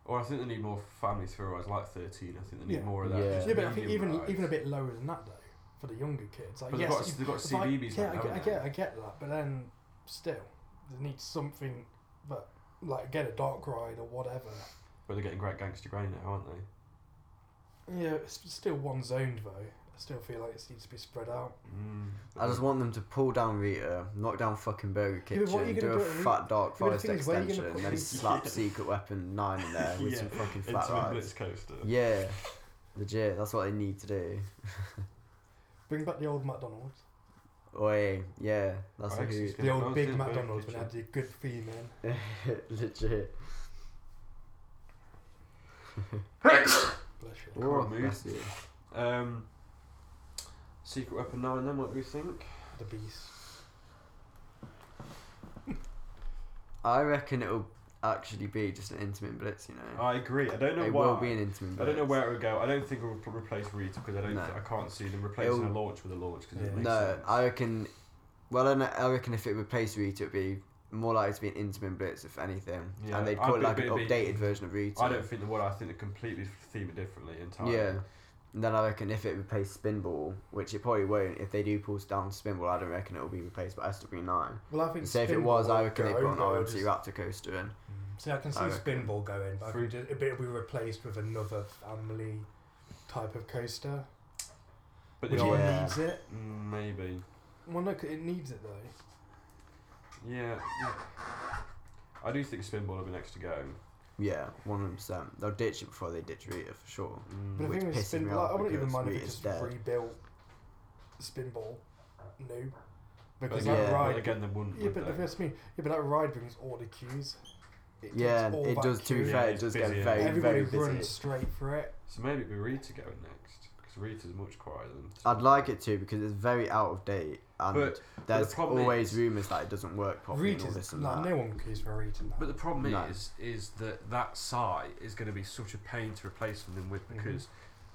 S3: Or I think they need more family thrill rides, like 13. I think they need
S4: Yeah.
S3: more of that.
S2: Yeah.
S3: just
S4: Yeah, but I think
S3: medium
S4: even
S3: rides.
S4: even a bit lower than that though for the younger kids. Like
S3: But
S4: yes, you-
S3: they've got, they've
S4: if I-
S3: got CBBS.
S4: yeah,
S3: now,
S4: I, get, I
S3: haven't
S4: get,
S3: they?
S4: I get that, but then still, there needs something. But like, get a dark ride or whatever.
S3: But they're getting great gangster grey now, aren't they?
S4: Yeah, it's still one zoned though. I still feel like it needs to be spread out.
S3: Mm.
S2: I just want them to pull down Rita, knock down fucking Burger
S4: Yeah, but
S2: Kitchen,
S4: what are you
S2: do
S4: gonna
S2: a
S4: do at Rita?
S2: fat dark
S4: Yeah, but the
S2: forest
S4: thing is, where are you
S2: extension,
S4: gonna
S2: and
S4: put
S2: then
S4: Rita?
S2: slap Secret Weapon 9 in there with
S3: Yeah,
S2: some fucking
S3: into
S2: flat
S3: the
S2: rides.
S3: Blitz coaster.
S2: Yeah, legit, that's what they need to do.
S4: Bring back the old McDonald's,
S2: Oi, yeah, that's
S3: Right,
S2: a hoot.
S3: Yeah,
S4: the old
S3: McDonald's
S4: big
S3: did Burger
S4: McDonald's when they had
S3: Kitchen.
S4: the good theme in.
S2: legit.
S4: Bless
S3: Come
S4: you.
S3: on,
S2: Oh,
S3: mate.
S2: bless you.
S3: Um, Secret Weapon 9 then, what do we think?
S4: The beast.
S2: I reckon it'll actually be just an intimate blitz, you know.
S3: I agree. I don't know
S2: it
S3: why.
S2: will be an intimate
S3: I
S2: blitz.
S3: don't know where it would go. I don't think it would replace Rita because I don't.
S2: No.
S3: I can't see them replacing a
S2: It'll-
S3: launch with a launch because
S4: Yeah.
S3: it makes
S2: No,
S3: sense.
S2: I reckon. Well, I, kn- I reckon if it replaced Rita, it'd be more likely to be an Intamin Blitz, if anything.
S3: Yeah,
S2: and they'd
S3: I'd
S2: call it
S3: be-
S2: like an
S3: be- be-
S2: updated version of Rita.
S3: I don't think they would. I think they completely theme it differently entirely.
S2: Yeah. And then I reckon if it replaced Spinball, which it probably won't, if they do pull down Spinball, I don't reckon it'll be replaced by SW9.
S4: Well, I think.
S2: Say if it
S4: Spinball
S2: was, I
S4: would
S2: reckon they
S4: go,
S2: put an
S4: but I
S2: RMC
S4: just-
S2: Raptor coaster in.
S4: See, I can see
S2: I reckon.
S4: Spinball going, but I
S3: Fruit-
S4: think ju- it'll be replaced with another family type of coaster.
S3: But
S4: Which
S3: the
S2: Yeah.
S4: needs it.
S3: Mm, maybe.
S4: Well, look, it needs it though.
S3: Yeah. I do think Spinball will be next to go.
S2: Yeah, one hundred percent. They'll ditch it before they ditch Rita for sure.
S3: Mm.
S4: But the
S2: Which
S4: thing with
S2: pisses me
S4: Spinball,
S2: off
S4: I wouldn't even
S2: because
S4: mind if it
S2: Rita's
S4: just
S2: dead.
S4: rebuilt Spinball new. Because
S2: again-
S4: that
S2: yeah,
S4: ride.
S3: but again, they wouldn't.
S4: yeah,
S3: would
S4: but
S3: they?
S4: that's me. Yeah, but that ride brings all the cues. It takes
S2: Yeah,
S4: all
S2: it
S4: that
S2: does. To be
S4: queue.
S2: fair,
S3: Yeah,
S2: it
S3: it's
S2: does
S3: busy,
S2: get
S3: yeah.
S2: very,
S4: Everybody
S2: very busy.
S4: runs straight for it.
S3: So maybe it'd be Rita going next because Rita's much quieter than.
S2: I'd like it to because it's very out of date and
S3: But-
S2: there's
S3: the problem
S2: always
S3: is-
S2: rumours that it doesn't work properly and all this
S4: Readers,
S2: and
S4: like,
S2: that.
S4: no one queues for reading.
S3: But the problem
S2: No.
S3: is, is that that site is going to be such a pain to replace something with because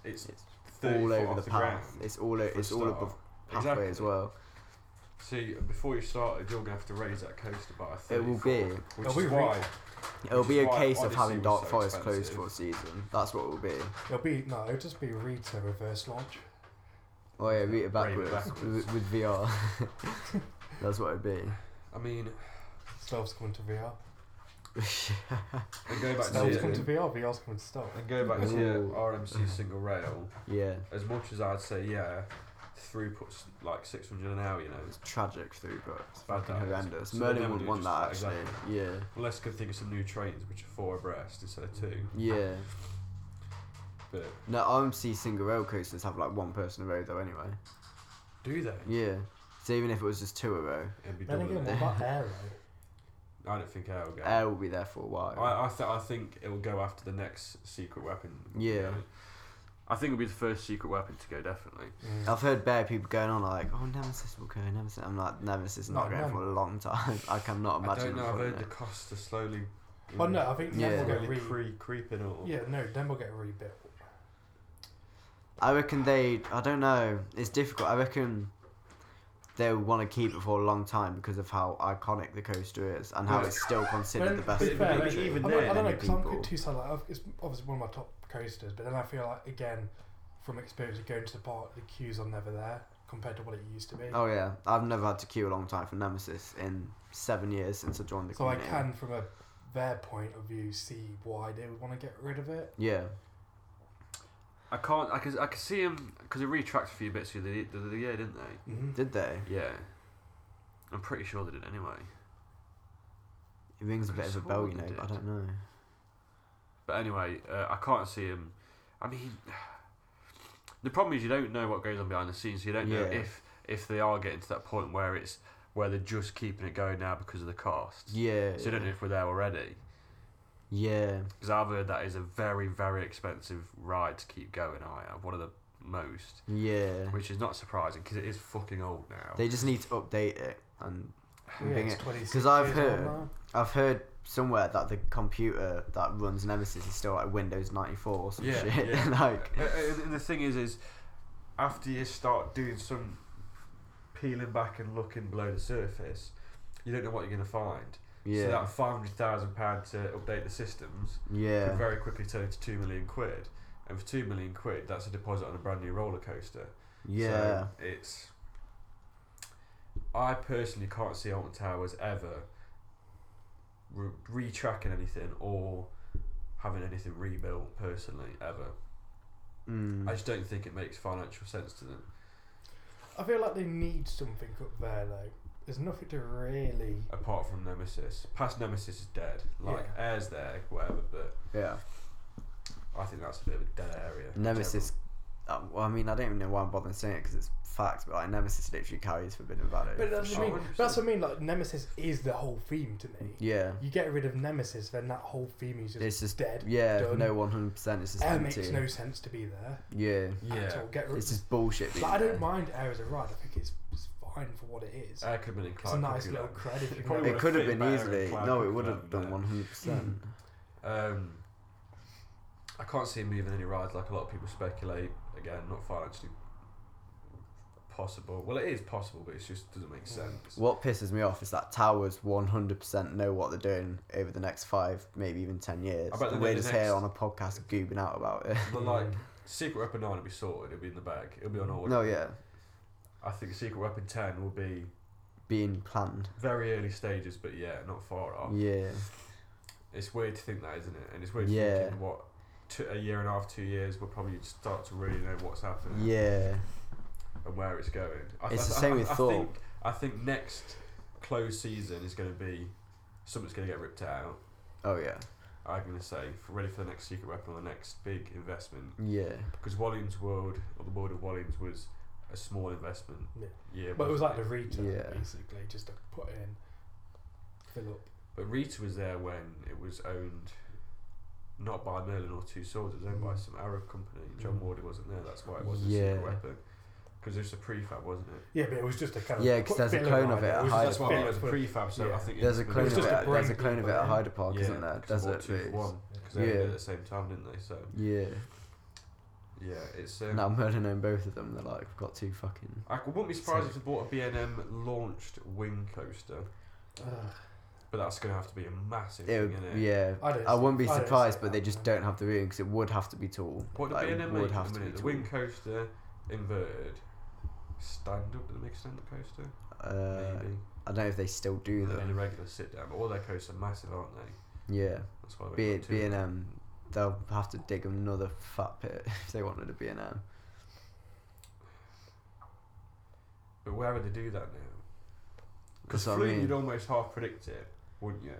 S3: it's,
S2: It's
S3: 30
S2: all
S3: foot
S2: over
S3: off
S2: the
S3: the
S2: path.
S3: ground
S2: It's all o-
S3: for a
S2: it's all
S3: start.
S2: above pathway as
S3: Exactly.
S2: well.
S3: So you- before you started, you're going to have to raise that coaster by. a
S2: It will
S3: 30 foot,
S2: be.
S3: Which
S4: Are
S3: is
S4: we re-
S3: why.
S2: It'll
S3: Which
S2: be
S3: is
S2: a
S3: why
S2: case of
S3: Odyssey
S2: having
S3: was
S2: Dark
S3: so
S2: Forest closed
S3: expensive.
S2: for a season. That's what it will be.
S4: It'll be no, it'll just be Rita reverse launch.
S2: Oh yeah, read
S3: Rate
S2: it backwards,
S3: backwards.
S2: With, with VR. That's what it'd be.
S3: I mean,
S4: Stealth's coming to VR.
S3: and go back to
S4: Stealth's coming to
S3: your,
S4: VR. VR's coming to stealth.
S3: and go back to your
S2: Ooh.
S3: RMC single rail.
S2: Yeah,
S3: As much as I'd say, yeah, throughput's like 600 an hour. You know,
S2: it's tragic throughput. It's
S3: Bad
S2: fucking
S3: that is.
S2: horrendous.
S3: So they
S2: Merlin
S3: never
S2: wouldn't
S3: do
S2: want
S3: just
S2: that
S3: that,
S2: actually. Yeah,
S3: unless I can think of some new trains which are four abreast instead of two.
S2: yeah.
S3: But
S2: No, RMC single rail coasters have like one person a row though anyway.
S3: do they?
S2: Yeah. So even if it was just two a row,
S3: It'd be
S4: Then
S3: double
S4: again,
S3: the-
S4: what about Aero?
S3: I don't think I'll go.
S2: air will be there for a while.
S3: I I, th- I think it will go after the next secret weapon.
S2: Yeah.
S3: I think it'll be the first secret weapon to go, definitely.
S2: I've heard bare people going on like, "Oh, Nemesis will go, Nemesis." I'm like, Nemesis is not
S4: No,
S2: going for a long time. I cannot
S3: I
S2: imagine.
S3: don't know.
S2: them
S3: I've
S2: putting
S3: heard the
S2: it.
S3: costs are slowly.
S4: Oh no, I think
S2: Yeah.
S4: then we'll
S3: slowly
S4: get re-
S3: cre- creeping up.
S4: Yeah, no, then we'll get rebuilt.
S2: I reckon they. I don't know. It's difficult. I reckon they'll want to keep it for a long time because of how iconic the coaster is and how
S3: Yeah.
S2: it's still considered
S4: But-
S2: the best. in
S4: but fair,
S2: the
S4: like,
S2: country.
S3: even
S4: I,
S3: then,
S4: mean, I don't know
S2: many
S4: because I'm
S2: people-
S4: quite too sad. Like, I've- it's obviously one of my top coasters, but then I feel like again, from experience of going to the park, the queues are never there compared to what it used to be.
S2: Oh yeah, I've never had to queue a long time for Nemesis in seven years since I joined the
S4: so I
S2: community.
S4: can, from a their point of view, see why they would want to get rid of it.
S2: Yeah,
S3: I can't. I can. I can see him because he retracted a few bits through the, the, the year, didn't they?
S4: Mm-hmm.
S2: did they?
S3: Yeah. I'm pretty sure they did anyway.
S2: It rings a
S3: I
S2: bit of a
S3: swear
S2: bell, you
S3: they
S2: know. But I
S3: did.
S2: don't know.
S3: But anyway, uh, I can't see him. I mean, the problem is you don't know what goes on behind the scenes. So you don't know
S2: Yeah.
S3: if if they are getting to that point where it's where they're just keeping it going now because of the costs.
S2: Yeah.
S3: So you don't know if we're there already.
S2: Yeah.
S3: Because I've heard that is a very very expensive ride to keep going. I have one of the most,
S2: Yeah.
S3: which is not surprising because it is fucking old now.
S2: They just need to update it, and
S4: Yeah,
S2: Bring
S4: it's
S2: it.
S4: 26
S2: 'Cause I've
S4: years old
S2: heard-
S4: now.
S2: I've heard somewhere that the computer that runs Nemesis is still like Windows ninety four or some shit. like,
S3: Uh, uh, and the thing is, is after you start doing some peeling back and looking below the surface, you don't know what you're going to find.
S2: yeah,
S3: So that five hundred thousand pound to update the systems could
S2: yeah,
S3: very quickly turn into two million quid, and for two million quid, that's a deposit on a brand new roller coaster.
S2: yeah.
S3: So it's. I personally can't see Alton Towers ever re- retracking anything or having anything rebuilt personally ever.
S2: mm.
S3: I just don't think it makes financial sense to them.
S4: I feel like they need something up there though. There's nothing to really.
S3: Apart from Nemesis, past Nemesis is dead. Like Air's there, whatever. But
S2: yeah.
S3: I think that's a bit of a dead area. in
S2: Nemesis. Uh, well, I mean, I don't even know why I'm bothering saying it because it's facts, but like Nemesis literally carries Forbidden Valley.
S4: But
S2: for
S4: that's
S2: sure.
S4: what I mean.
S3: 100%.
S4: That's what I mean. Like Nemesis is the whole theme to me.
S2: yeah,
S4: You get rid of Nemesis, then that whole theme is just,
S2: it's just
S4: dead.
S2: Yeah,
S4: done.
S2: no, one hundred percent. It's just
S4: Air
S2: empty.
S4: makes no sense to be there.
S2: yeah,
S3: general.
S4: at all. Get rid.
S2: it's just bullshit.
S4: like, I
S2: being
S4: don't mind Air as a ride. I think it's, it's fine for what it is.
S3: Yeah, Air could have been in
S4: it's a
S3: Clyde
S4: nice
S3: Cuckoo
S4: little
S3: Land.
S4: credit. if you
S3: Probably
S2: there.
S4: know.
S2: It
S3: would've
S2: could have
S3: fit
S2: been
S3: better
S2: easily.
S3: in Clyde
S2: No, it
S3: Cuckoo
S2: would have
S3: Land
S2: done
S3: than-
S2: one hundred percent.
S3: Hmm. Um, I can't see him moving any rides like a lot of people speculate. Again, not financially possible. Well, it is possible, but it just doesn't make sense.
S2: What pisses me off is that Towers 100% know what they're doing over the next five, maybe even 10 years.
S3: I bet they'll do
S2: We're
S3: the
S2: just
S3: next-
S2: here on a podcast goobing out about it.
S3: But like Secret Weapon Nine will be sorted. It'll be in the bag. It'll be on order.
S2: mm. no, yeah,
S3: I think Secret Weapon Ten will be
S2: being planned.
S3: very early stages, but yeah, not far off.
S2: Yeah,
S3: It's weird to think that, isn't it? And it's weird
S2: Yeah.
S3: thinking what two, a year and a half, two years, we'll probably start to really know what's happening
S2: yeah,
S3: and where it's going. I,
S2: It's the same with
S3: I
S2: Thor.
S3: Think, I think next closed season is going to be something's going to get ripped out.
S2: Oh yeah.
S3: I'm going to say, for, ready for the next secret weapon or the next big investment.
S2: Yeah.
S3: Because Walliams World, or the world of Walliams, was a small investment.
S4: Yeah.
S3: Yeah,
S4: But it was like
S3: wasn't
S4: the retail,
S2: Yeah.
S4: basically, just to put in, fill up.
S3: But Rita was there when it was owned not by Merlin or Two Swords, it was owned by
S4: Mm.
S3: some Arab company. John
S4: Mm.
S3: Wardy wasn't there, that's why it wasn't a
S2: Yeah.
S3: secret weapon. Because it was a prefab, wasn't it?
S4: Yeah, but it was just a kind of
S2: Yeah, 'cause there's a
S4: bit
S2: clone of
S4: line.
S2: it at
S4: was
S2: Hyde
S4: just
S3: that's
S2: Park.
S3: why
S4: bit
S3: it was
S4: of
S3: a
S4: put-
S3: prefab, so
S4: yeah.
S3: I think
S2: There's a
S3: it was
S2: clone of
S4: just
S2: it.
S4: a
S2: At, there's a
S4: brand
S2: clone of
S4: people,
S2: it at
S4: yeah.
S2: Hyde Park,
S3: yeah,
S2: isn't there?
S3: 'cause they
S2: Desert
S3: bought two for
S2: Boots.
S3: one, 'cause they
S2: Yeah.
S3: did it at the same time, didn't they? So
S2: Yeah.
S3: yeah, it's um,
S2: Now Merlin owned both of them. They're like, we've got two fucking.
S3: I wouldn't be surprised if they bought a BNM launched wing coaster,
S4: Ugh,
S3: but that's going to have to be a massive
S2: It,
S3: thing,
S2: would-
S3: innit?
S2: yeah.
S4: I, don't
S2: I wouldn't be
S4: I don't
S2: surprised,
S4: see
S2: but
S4: that,
S2: they just
S4: no.
S2: don't have the room because it would have to be tall.
S3: What did
S2: Like,
S3: B&M
S2: would
S3: make?
S2: have
S3: a
S2: to be
S3: minute, the
S2: tall.
S3: wing coaster inverted, stand up. Do they make stand up coaster?
S2: Uh,
S3: Maybe.
S2: I don't know if they still do
S3: And then a
S2: them.
S3: regular sit down. But all their coasts are massive, aren't they?
S2: Yeah.
S3: That's why
S2: B
S3: we're
S2: B and M, um, they'll have to dig another fat pit if they wanted a B and M.
S3: But where would they do that now? Because
S2: That's what I
S3: Flume,
S2: mean.
S3: you'd almost half predict it, wouldn't you?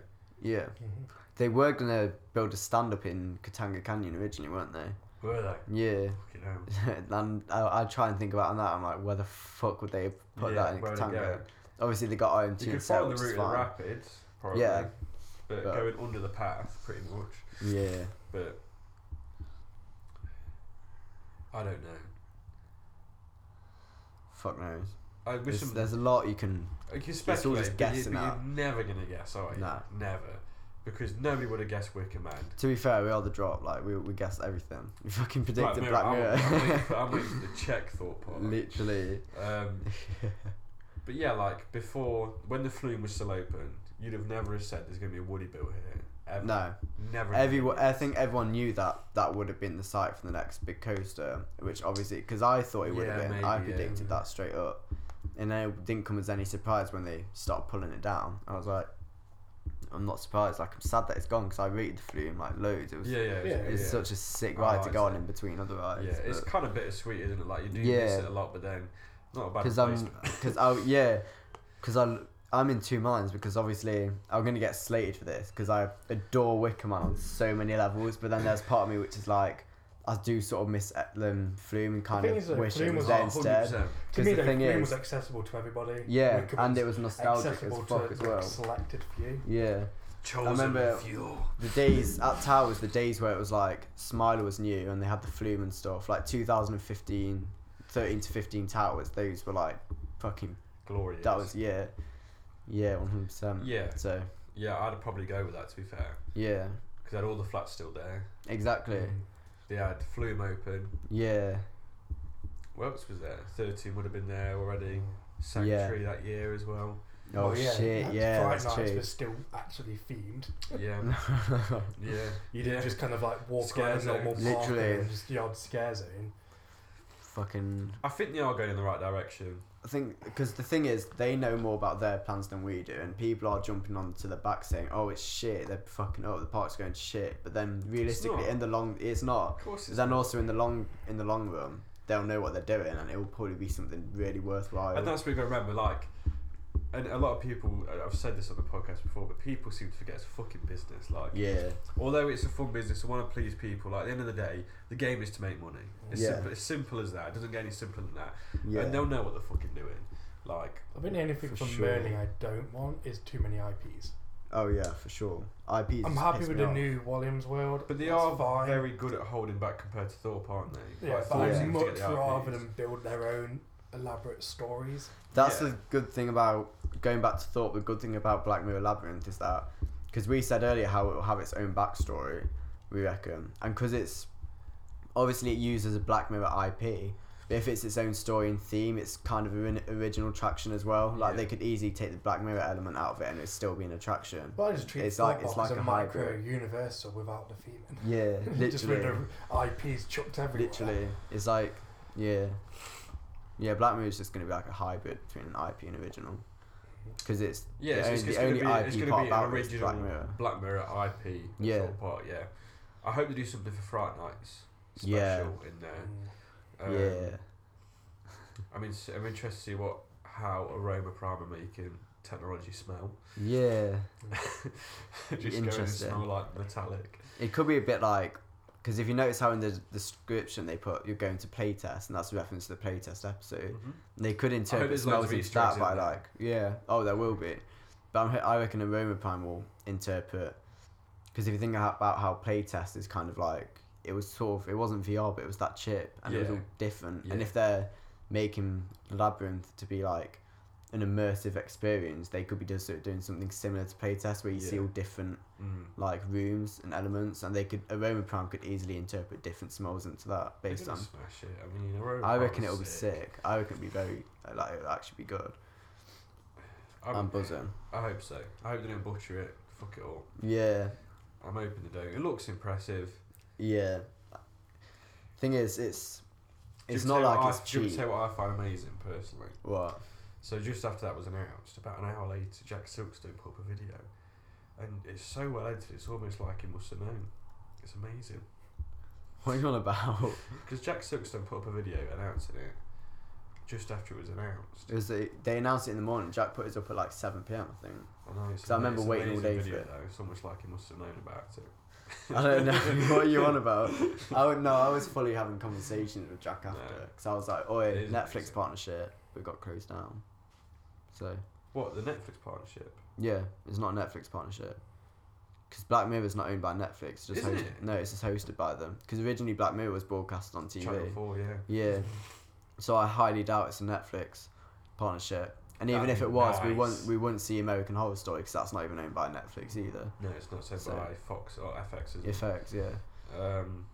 S2: Yeah,
S4: Mhm.
S2: they were gonna build a stand up in Katanga Canyon originally, weren't they?
S3: Were they?
S2: Yeah,
S3: Fucking hell.
S2: and I, I try and think about that. I'm like, where the fuck would they have put
S3: yeah,
S2: that in
S3: where would it
S2: Katanga?
S3: go?
S2: Obviously, they got
S3: You
S2: IMT
S3: could
S2: and
S3: follow
S2: Cell,
S3: the
S2: which is
S3: route of the
S2: fine.
S3: rapids, probably.
S2: Yeah.
S3: But,
S2: But-
S3: going under the path, pretty much.
S2: Yeah,
S3: But I don't know.
S2: fuck knows.
S3: I wish
S2: There's,
S3: some,
S2: there's a lot you can.
S3: You can
S2: all
S3: speculate,
S2: just
S3: but you-
S2: guessing
S3: but you're,
S2: out.
S3: never gonna guess, are you?
S2: No.
S3: Never, because nobody would have guessed Wicker Man.
S2: To be fair, we are the drop. Like we, we guessed everything. We fucking predicted
S3: Mirror,
S2: Black
S3: I'm-
S2: Mirror.
S3: I'm waiting for, I'm waiting for the check thought part.
S2: Literally.
S3: Um, but yeah, like before, when the flume was still open, you'd have never have said there's gonna be a Woody built here. Ever.
S2: No.
S3: Never.
S2: Everyone, I think everyone knew that that would have been the site for the next big coaster, which obviously, because I thought it would have
S3: Yeah,
S2: been, I
S3: maybe, yeah.
S2: predicted that straight up, and then it didn't come as any surprise when they started pulling it down. I was like, I'm not surprised. Like I'm sad that it's gone because I rated the flume like loads. It was,
S3: Yeah, yeah. It's,
S4: Yeah.
S2: it's
S3: yeah.
S2: such a sick
S3: Oh,
S2: ride to
S3: I'd
S2: go on
S3: say.
S2: in between other rides.
S3: yeah, it's kind of bittersweet, isn't it? Like you do miss
S2: Yeah.
S3: it a lot, but then not a bad
S2: because I'm,
S3: replacement.
S2: because I yeah, because I. I'm in two minds because obviously I'm gonna get slated for this because I adore Wicker Man on so many levels, but then there's part of me which is like, I do sort of miss Etlum Flume and kind
S4: thing
S2: of
S4: is that
S2: wish it
S4: Flume
S2: was
S4: was
S2: there
S4: like
S2: instead.
S3: 100%.
S4: To
S2: 'Cause
S4: me,
S2: the
S4: the
S2: thing
S4: thing
S2: is,
S4: was accessible to everybody.
S2: yeah,
S4: Wicker
S2: and
S4: was
S2: it was nostalgic as
S4: accessible
S2: fuck
S4: to
S2: as
S4: like,
S2: well.
S4: selected few.
S2: Yeah,
S3: Chosen
S2: remember-
S3: fuel.
S2: the days at Towers, the days where it was like Smiler was new and they had the Flume and stuff, like 2015, 13 to 15 Towers. Those were like fucking.
S3: Glorious.
S2: That was yeah, yeah, 100. percent
S3: Yeah.
S2: So
S3: Yeah, I'd probably go with that. To be fair,
S2: yeah,
S3: because they had all the flats still there.
S2: exactly.
S3: They had Flume open.
S2: Yeah,
S3: What else was there? Thirteen would have been there already. Sanctuary that year as well.
S2: Oh,
S4: Well,
S2: shit!
S4: that
S2: Yeah,
S4: Friday
S2: that's
S4: nights
S2: true.
S4: was still actually themed.
S3: Yeah, yeah.
S4: You didn't
S3: Yeah.
S4: just kind of like walk
S3: Scare
S4: around a
S3: zone.
S4: normal park
S2: Literally.
S4: and just the odd scare zone.
S2: Fucking.
S3: I think they are going in the right direction.
S2: I think because the thing is, they know more about their plans than we do, and people are jumping onto the back saying, "Oh, it's shit. They're fucking up. The park's going to shit." But then, realistically,
S3: not.
S2: in the long, it's not.
S3: Of course, it's
S2: Then also in the long, in the long run, they'll know what they're doing, and it will probably be something really worthwhile.
S3: and that's what we got to remember. Like, and a lot of people. I- I've said this on the podcast before, but people seem to forget it's a fucking business. Like,
S2: yeah,
S3: although it's a fun business, I want to please people. Like, at the end of the day, the game is to make money. It's,
S2: Yeah.
S3: simple, it's simple as that. It doesn't get any simpler than that.
S2: yeah.
S3: And they'll know what they're fucking doing. Like,
S4: I think the only thing
S2: For
S4: from
S2: sure.
S4: Merlin I don't want is too many IPs.
S2: oh yeah, for sure. IPs.
S4: I'm
S2: just
S4: happy
S2: piss
S4: with
S2: me
S4: the
S2: off.
S4: new Williams world.
S3: but they
S4: that's
S3: are
S4: fine.
S3: very good at holding back compared to Thorpe, aren't they?
S4: Yeah,
S3: Like,
S4: but
S3: Thorpe
S2: Yeah.
S4: I'd
S3: seems to get
S4: much
S3: the
S4: rather
S3: IPs.
S4: than build their own elaborate stories.
S2: That's
S3: Yeah.
S2: the good thing about going back to thought. The good thing about Black Mirror Labyrinth is that because we said earlier how it will have its own backstory, we reckon, and because it's obviously it uses a Black Mirror IP. But if it's its own story and theme, it's kind of an original attraction as well. Like
S3: Yeah.
S2: they could easily take the Black Mirror element out of it and it'd still be an attraction.
S4: Well, I just treat
S2: It's
S4: it's
S2: like-
S4: like,
S2: it's like
S4: as a,
S2: a
S4: micro
S2: hybrid.
S4: universal without the theming.
S2: Yeah,
S4: just with
S2: literally,
S4: the IPs chucked everywhere.
S2: literally, it's like yeah, yeah. Black Mirror is just gonna be like a hybrid between an IP and original. Because it's
S3: Yeah,
S2: The
S3: it's,
S2: only-
S3: it's,
S2: the
S3: it's going to
S2: only
S3: be, it's
S2: IP
S3: gonna
S2: part
S3: be an
S2: about it is
S3: original
S2: Black Mirror.
S3: Black Mirror IP.
S2: Yeah.
S3: sort of part, yeah. I hope they do something for Fright Nights special
S2: Yeah.
S3: in there.
S4: Mm.
S3: Um,
S2: yeah.
S3: I mean, s- I'm interested to see what how Aroma Prime are making technology smell.
S2: Yeah.
S3: Just go and
S2: Interesting.
S3: smell like metallic.
S2: It could be a bit like because if you notice how in the description they put you're going to playtest and that's a reference to the playtest episode,
S4: Mm-hmm.
S2: and they could interpret
S3: there's loads
S2: smells
S3: of
S2: into
S3: Easter eggs
S2: that
S3: in
S2: by
S3: there.
S2: like yeah oh there will be, but I'm, I reckon Aroma Prime will interpret because if you think about how playtest is kind of like it was sort of it wasn't VR but it was that chip and it was
S3: Yeah.
S2: all different and
S3: Yeah.
S2: if they're making Labyrinth to be like an immersive experience they could be just sort of doing something similar to playtest where you see
S3: Yeah.
S2: all different
S3: Mm.
S2: like rooms and elements, and they could aroma prime could easily interpret different smells into that based on.
S3: Smash it. I mean, you know,
S2: I reckon it'll be sick. I reckon it'll be very like it'll actually be good.
S3: I'm,
S2: I'm, buzzing.
S3: I hope so. I hope they don't butcher it. Fuck it all.
S2: Yeah,
S3: I'm hoping they don't. It looks impressive.
S2: yeah. Thing is, it's
S3: Do you
S2: it's
S3: wanna
S2: not
S3: tell what
S2: like
S3: I,
S2: it's
S3: do you wanna
S2: cheap.
S3: tell what I find amazing personally.
S2: What?
S3: So just after that was announced, about an hour later, Jack Silkstone put up a video, and it's so well edited. It's almost like he must have known. It's amazing.
S2: What are you on about?
S3: Because Jack Silkstone put up a video announcing it just after it was announced.
S2: It was the, they announced it in the morning. Jack put us up at like seven pm, I think.
S3: I know. It's
S2: So I remember
S3: it's an
S2: waiting all
S3: amazing
S2: day for
S3: video,
S2: it.
S3: Though. It's almost like he must have known about it.
S2: I don't know what you're on about. I would, no, I was fully having conversations with Jack after
S3: No.
S2: because I was like, "Oh,
S3: It is
S2: Netflix
S3: amazing.
S2: partnership, we got closed down." So
S3: What the Netflix partnership?
S2: Yeah, it's not a Netflix partnership. Because Black Mirror is not owned by Netflix. it's Just
S3: Isn't
S2: hosted,
S3: it?
S2: No, it's just hosted by them. Because originally Black Mirror was broadcast on TV.
S3: Channel Four, yeah.
S2: Yeah. So I highly doubt it's a Netflix partnership. And even
S3: That'd
S2: if it
S3: be
S2: was, we
S3: nice.
S2: wouldn't we wouldn't see American Horror Story because that's not even owned by Netflix either.
S3: No, it's not said
S2: So-
S3: by Fox or FX. Is it?
S2: Effects, yeah.
S3: Um,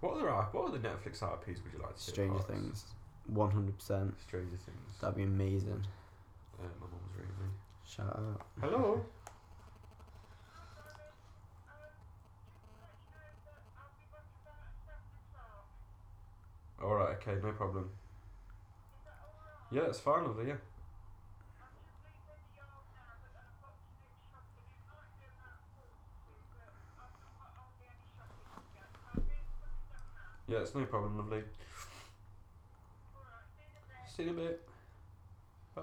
S3: what other I- what other Netflix IPs would you like to see?
S2: Stranger
S3: Fox?
S2: Things, one hundred percent.
S3: Stranger Things.
S2: That'd be amazing.
S3: Uh, my mum's ringing me.
S2: Shout out.
S3: Hello. All right. Okay. No problem. Yeah, it's fine, lovely. Yeah. Yeah, it's no problem, lovely. See you in a bit. Bye.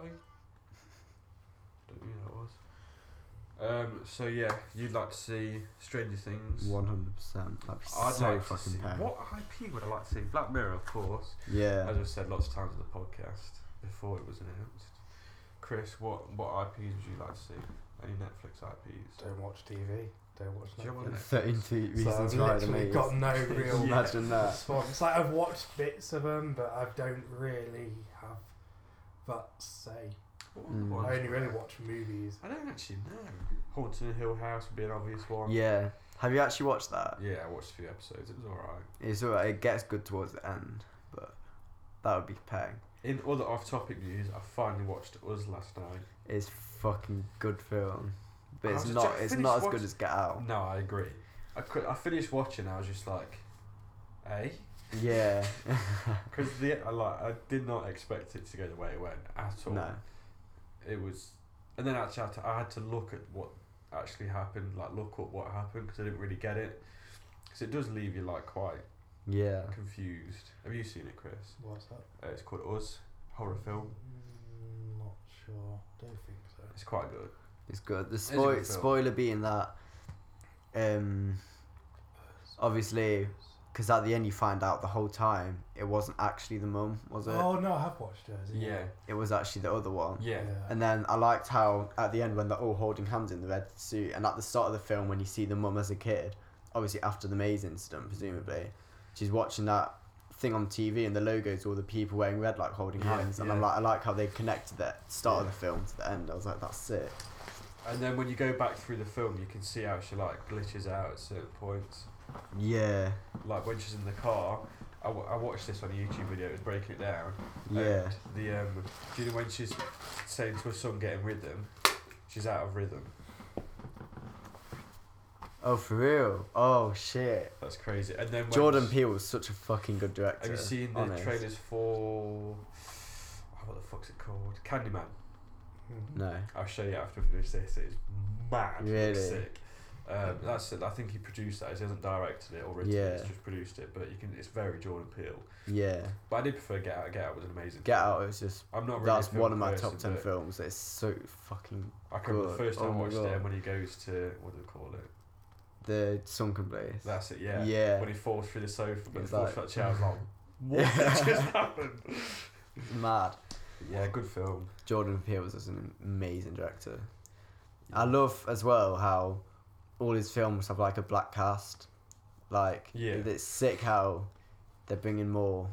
S3: Don't know who that was. Um, so yeah, you'd like to see Stranger Things.
S2: One hundred percent. That'd be
S3: I'd
S2: so
S3: like to
S2: fucking
S3: see,
S2: pain.
S3: What IP would I like to see? Black Mirror, of course.
S2: Yeah.
S3: As I've said lots of times on the podcast before it was announced. Chris, what what IPs would you like to see? Any Netflix IPs?
S4: Don't watch TV. Don't watch
S3: Do you have one
S4: Netflix.
S3: of
S2: Thirteen
S4: So
S2: reasons
S4: I've
S2: why to
S4: literally
S2: me.
S4: got no real
S3: Yeah.
S2: Imagine that.
S4: response. It's Like I've watched bits of them, but I don't really have that say.
S3: What
S2: Mm.
S3: ones?
S4: I only really watch movies.
S3: I don't actually know. Haunted Hill House would be an obvious one.
S2: Yeah. Have you actually watched that?
S3: Yeah, I watched a few episodes. It was alright.
S2: It's alright. It gets good towards the end, but that would be peg.
S3: In other off-topic news, I finally watched Us last night.
S2: It's fucking good film, but
S3: I
S2: it's
S3: was
S2: not.
S3: just
S2: It's
S3: finished
S2: not as
S3: watch-
S2: good as Get Out.
S3: No, I agree. I could, I finished watching. I was just like, eh?
S2: Yeah.
S3: Because the I like I did not expect it to go the way it went at all.
S2: no.
S3: It was, and then actually I had to, I had to look at what actually happened, like look up what happened because I didn't really get it. Because it does leave you like quite
S2: Yeah.
S3: confused. Have you seen it, Chris?
S4: What's that?
S3: Uh, it's called Us horror film.
S4: Mm, Not sure. Don't think so.
S3: It's quite good.
S2: It's good. The
S3: a good
S2: spoil-
S3: film.
S2: spoiler being that, um, obviously, because at the end you find out the whole time it wasn't actually the mum, was it?
S4: Oh no, I have watched it.
S3: Yeah,
S2: It was actually the other one.
S3: yeah,
S2: And then I liked how at the end when they're all holding hands in the red suit, and at the start of the film when you see the mum as a kid, obviously after the maze incident, presumably, she's watching that thing on TV and the logos all the people wearing red like holding
S3: Yeah,
S2: hands, and
S3: yeah.
S2: I'm like, I like how they connected that start of
S3: Yeah.
S2: the film to the end. I was like, that's sick.
S3: And then when you go back through the film, you can see how she like glitches out at certain points.
S2: Yeah,
S3: like when she's in the car. I, w- I watched this on a YouTube video. It was breaking it down.
S2: yeah,
S3: And the um, do you know when she's saying to her son, "Get in rhythm," she's out of rhythm.
S2: oh for real. Oh shit.
S3: That's crazy. And then when
S2: Jordan
S3: she-
S2: Peele was such a fucking good director.
S3: have you seen the
S2: honest.
S3: trailers for? Oh, what the fuck's it called? Candyman.
S4: Mhm.
S2: No.
S3: I'll show you after we finish this. It's mad. It looks
S2: Really?
S3: Sick. Um, that's it. I think he produced that. He hasn't directed it or written
S2: Yeah.
S3: it. He's just produced it. But you can. It's very Jordan Peele.
S2: Yeah,
S3: But I did prefer Get Out. Get Out was an amazing.
S2: Get
S3: film.
S2: Out was just
S3: I'm not really. a
S2: that's
S3: film
S2: one of my
S3: person,
S2: top ten
S3: but
S2: films. It's so fucking
S3: I can remember the
S2: good.
S3: first time
S2: Oh
S3: I
S2: my
S3: watched it
S2: God.
S3: and when he goes to what do they call it?
S2: the sunken place.
S3: That's it. Yeah.
S2: Yeah.
S3: When he falls through the sofa, but he
S2: It's
S3: falls
S2: like-
S3: through that chair. I was like, what
S2: Yeah.
S3: just happened?
S2: mad.
S3: Yeah, good film.
S2: Jordan Peele is an amazing director. I love as well how all his films have like a black cast. Like
S3: Yeah.
S2: it's sick how they're bringing more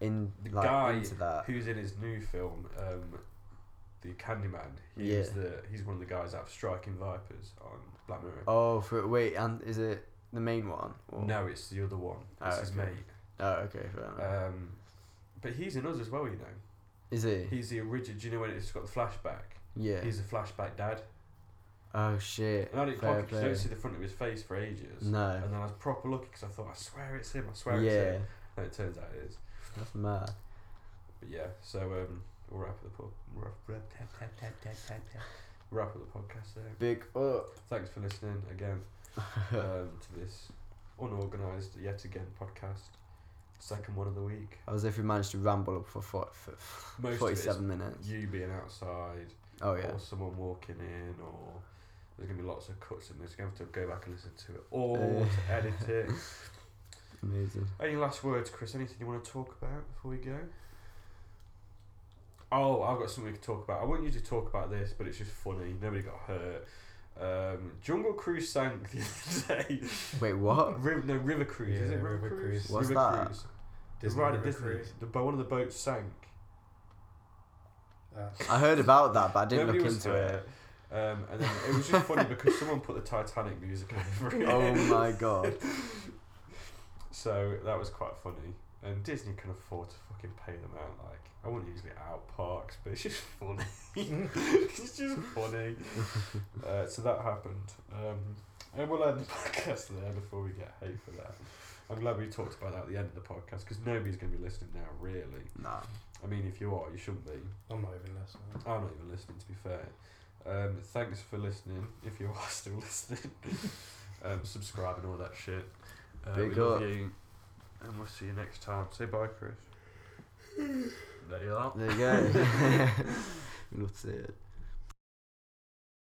S2: in
S3: The
S2: like
S3: guy
S2: into that.
S3: Who's in his new film? Um, the Candyman. He's
S2: Yeah.
S3: the he's one of the guys out of Striking Vipers on Black Mirror.
S2: Oh, for, wait, and is it the main one? or-
S3: No, it's the other one.
S2: Oh,
S3: It's his
S2: okay.
S3: mate.
S2: Oh, okay, fair enough.
S3: Um, but he's in us as well, you know.
S2: is it?
S3: He's the original. Do you know when it's got the flashback?
S2: yeah.
S3: He's a flashback dad.
S2: Oh shit.
S3: And I didn't
S2: fair
S3: clock it 'cause you
S2: play.
S3: don't see the front of his face for ages.
S2: No.
S3: And then I was proper lucky because I thought, I swear it's him. I swear it's
S2: Yeah,
S3: him. And it turns out it is.
S2: that's mad.
S3: But yeah, so um, we'll wrap up the pod. Wrap, wrap, tap, tap, tap, tap, tap, tap. wrap up the podcast there.
S2: Big oh, up.
S3: Thanks for listening again um, to this unorganised yet again podcast. Second one of the week.
S2: As if we managed to ramble up for, for, for
S3: Most of it is
S2: 47 minutes.
S3: You being outside.
S2: Oh yeah.
S3: or someone walking in, or there's gonna be lots of cuts in this. You're gonna have to go back and listen to it all to edit it.
S2: Amazing.
S3: Any last words, Chris? Anything you want to talk about before we go? Oh, I've got something to talk about. I wouldn't usually talk about this, but it's just funny. Nobody got hurt. Um, Jungle Cruise sank the other day.
S2: Wait, what?
S3: Riv- no, River Cruise. is
S4: Yeah,
S3: it River,
S4: River
S3: Cruise?
S4: Cruise.
S2: What's
S3: River
S2: that?
S3: Cruise. The
S4: Disney
S3: ride at
S4: River
S3: Disney.
S4: Cruise.
S3: The, bo- one of the boats sank.
S4: Uh,
S2: I heard about that, but I didn't
S3: Nobody
S2: look
S3: was
S2: into it.
S3: hurt. Um, and then it was just funny because someone put the Titanic music over it.
S2: Oh my god.
S3: So that was quite funny. And Disney can afford to fucking pay them out. Like, I wouldn't usually out parks, but it's just funny. it's just funny. Uh, so that happened. Um, and we'll end the podcast there before we get hate for that. I'm glad we talked about that at the end of the podcast because nobody's going to be listening now, really.
S2: Nah.
S3: I mean, if you are, you shouldn't be.
S4: I'm not even listening.
S3: I'm not even listening, to be fair. Um, thanks for listening, if you are still listening. um, subscribe and all that shit. Uh,
S2: Big
S3: we love
S2: up.
S3: you, and we'll see you next time. Say bye, Chris. there you are.
S2: There you go. we love to see it.